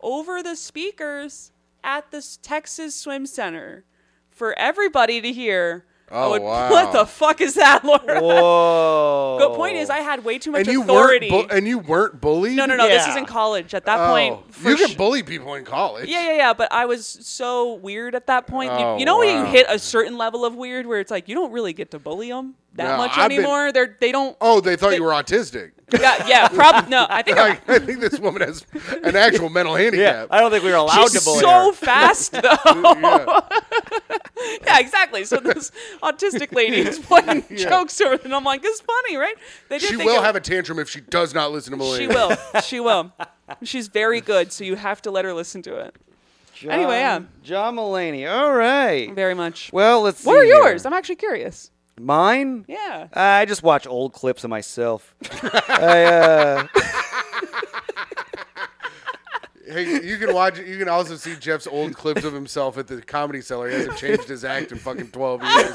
Speaker 3: Over the speakers at this Texas Swim Center for everybody to hear. I
Speaker 1: Oh,
Speaker 3: would-
Speaker 1: wow.
Speaker 3: What the fuck is that, Laura?
Speaker 2: Whoa.
Speaker 3: The point is, I had way too much
Speaker 1: and you
Speaker 3: authority.
Speaker 1: weren't bu- and you weren't bullied.
Speaker 3: no, no, no. This
Speaker 2: Yeah.
Speaker 3: is in college. At that
Speaker 1: Oh.
Speaker 3: point, for
Speaker 1: you
Speaker 3: sh-
Speaker 1: can bully people in college.
Speaker 3: Yeah, yeah, yeah. But I was so weird at that point. You-
Speaker 1: Oh,
Speaker 3: you, know when you
Speaker 1: wow.
Speaker 3: hit a certain level of weird where it's like you don't really get to bully them that
Speaker 1: No,
Speaker 3: much
Speaker 1: I've been-
Speaker 3: anymore. They're they don't.
Speaker 1: Oh, they thought you were autistic.
Speaker 3: Yeah, yeah. Probably no. I think I-
Speaker 1: Like, I think this woman has an actual mental
Speaker 2: Yeah.
Speaker 1: handicap.
Speaker 2: I don't think we were allowed
Speaker 3: she's
Speaker 2: to bully
Speaker 3: so
Speaker 2: her.
Speaker 3: fast though.
Speaker 1: Yeah.
Speaker 3: yeah, exactly. So this autistic lady is playing jokes to her, and I'm like, it's funny, right? They did
Speaker 1: She
Speaker 3: think
Speaker 1: will
Speaker 3: it-
Speaker 1: have a tantrum if she does not listen to Mulaney.
Speaker 3: She will. She will. She's very good, so you have to let her listen to it
Speaker 2: John,
Speaker 3: Anyway, yeah.
Speaker 2: John Mulaney. All right.
Speaker 3: very much.
Speaker 2: Well, let's
Speaker 3: what
Speaker 2: see
Speaker 3: are yours?
Speaker 2: here.
Speaker 3: I'm actually curious.
Speaker 2: Mine? Uh,
Speaker 3: Yeah.
Speaker 2: I just watch old clips of myself.
Speaker 1: Hey, you can watch. You can also see Jeff's old clips of himself at the comedy cellar. He hasn't changed his act in fucking twelve years.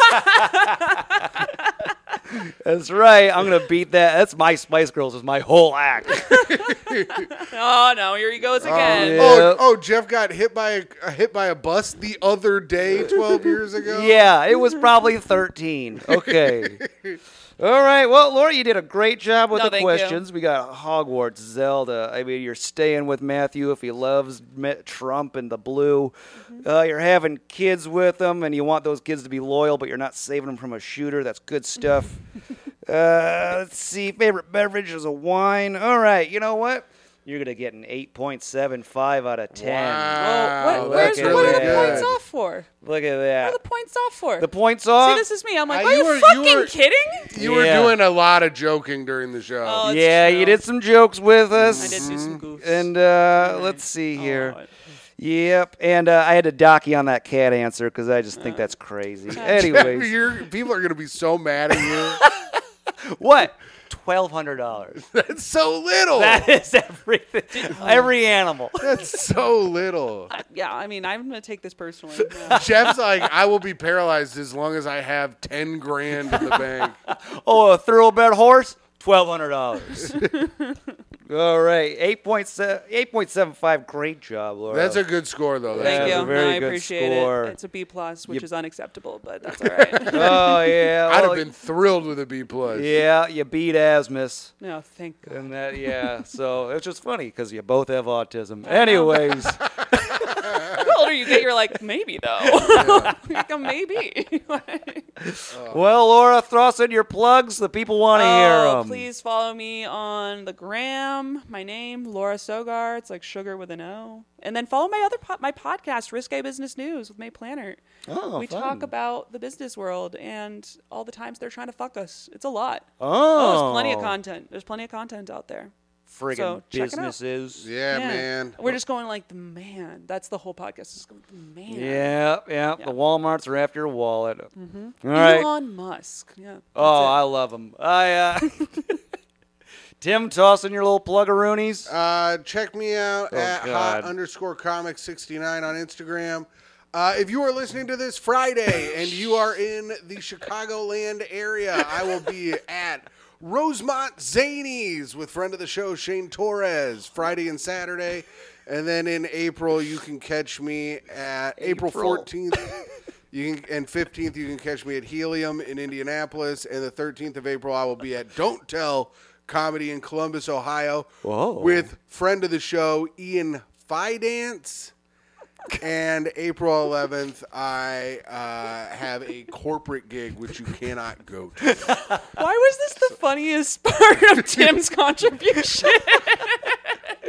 Speaker 2: That's right. I'm gonna beat that. That's my Spice Girls. Is my whole act.
Speaker 3: Oh no, here he goes again.
Speaker 2: yeah.
Speaker 1: Oh, oh, Jeff got hit by a, a hit by a bus the other day, twelve years ago.
Speaker 2: yeah, it was probably 13. Okay. All right. Well, Laura, you did a great job with
Speaker 3: No,
Speaker 2: the
Speaker 3: thank you.
Speaker 2: questions. We got Hogwarts, Zelda. I mean, you're staying with Matthew if he loves Ma- Trump and the blue.
Speaker 3: Mm-hmm.
Speaker 2: Uh, you're having kids with him, and you want those kids to be loyal, but you're not saving them from a shooter. That's good stuff. uh, let's see. Favorite beverage is a wine. All right. You know what? You're going to get an 8.75 out of 10.
Speaker 1: Wow,
Speaker 3: Well, what,
Speaker 1: that's
Speaker 3: where's,
Speaker 2: really
Speaker 3: what are the
Speaker 2: good.
Speaker 3: points off for?
Speaker 2: Look at
Speaker 3: What
Speaker 2: that.
Speaker 3: are the points off for?
Speaker 2: The points off.
Speaker 3: See, this is me. I'm like,
Speaker 1: Uh,
Speaker 3: are
Speaker 1: you
Speaker 3: you,
Speaker 1: were- you
Speaker 3: fucking
Speaker 1: were-
Speaker 3: kidding?
Speaker 1: You were
Speaker 2: Yeah.
Speaker 1: doing a lot of joking during the show.
Speaker 3: Oh, it's
Speaker 2: yeah,
Speaker 3: true.
Speaker 2: you did some jokes with us.
Speaker 3: I did do some goofs.
Speaker 2: And uh, let's see here.
Speaker 3: Oh,
Speaker 2: Yep. And uh, I had to dock you on that cat answer because I just think that's crazy. Anyways,
Speaker 1: You're- people are gonna be so mad at you.
Speaker 2: what? Twelve hundred dollars.
Speaker 1: That's so little.
Speaker 2: That is everything. Every animal.
Speaker 1: That's so little.
Speaker 3: yeah, I mean, I'm gonna take this personally.
Speaker 1: Jeff's like, I will be paralyzed as long as I have ten grand in the bank.
Speaker 2: Oh, a thoroughbred horse. Twelve hundred dollars. All right, eight point seven, eight point seven five. Great job, Laura. Oh,
Speaker 1: That's a good score though. That's
Speaker 3: Thank
Speaker 2: was
Speaker 1: a-
Speaker 3: you.
Speaker 2: a very
Speaker 3: no, I
Speaker 2: good
Speaker 3: appreciate
Speaker 2: score.
Speaker 3: it. It's a B plus, which
Speaker 2: You-
Speaker 3: is unacceptable, but that's all right.
Speaker 2: Oh yeah.
Speaker 1: I'd
Speaker 2: well,
Speaker 1: have been thrilled with a B plus.
Speaker 2: Yeah, you beat Asmus.
Speaker 3: no, thank God.
Speaker 2: And that, yeah. so it's just funny because you both have autism. Anyways,
Speaker 3: The older you get, you're like, maybe though. like a maybe.
Speaker 2: well, Laura, throw us in your plugs. The people want to hear
Speaker 3: oh,
Speaker 2: them.
Speaker 3: please follow me on the gram. My name, Laura Sogar. It's like sugar with an O. And then follow my other po- my podcast, Risque Business News with May Planner.
Speaker 2: Oh,
Speaker 3: we
Speaker 2: fun.
Speaker 3: talk about the business world and all the times they're trying to fuck us. It's a lot.
Speaker 2: Oh,
Speaker 3: there's plenty of content. There's plenty of content out there.
Speaker 2: Friggin'
Speaker 3: so check it out.
Speaker 2: businesses.
Speaker 1: Yeah, man.
Speaker 3: We're just going like the man. That's the whole podcast. It's going the man.
Speaker 2: Yeah, yeah. The Walmarts are after your wallet.
Speaker 3: Mm-hmm.
Speaker 2: All right.
Speaker 3: Elon Musk. Yeah. that's
Speaker 2: oh,
Speaker 3: it.
Speaker 2: I love them. I, uh, Tim, toss in your little pluggaroonies.
Speaker 1: Uh, check me out at
Speaker 2: God.
Speaker 1: hot underscore comic 69 on Instagram. Uh, if you are listening to this Friday and you are in the Chicagoland area, I will be at Rosemont Zanies with friend of the show Shane Torres Friday and Saturday. And then in April, you can catch me at April,
Speaker 2: April.
Speaker 1: 14th. You can, and 15th, you can catch me at Helium in Indianapolis. And the 13th of April, I will be at Don't Tell Comedy in Columbus, Ohio
Speaker 2: Whoa.
Speaker 1: with friend of the show Ian Fidance. And April 11th, I uh, have a corporate gig which you cannot go to.
Speaker 3: Why was this the funniest part of Tim's contribution?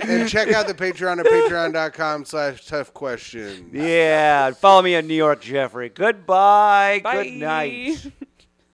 Speaker 1: And check out the Patreon at patreon.com slash tough question.
Speaker 2: yeah. and Follow me on New York Jeffrey. Goodbye.
Speaker 3: Bye.
Speaker 2: Good night.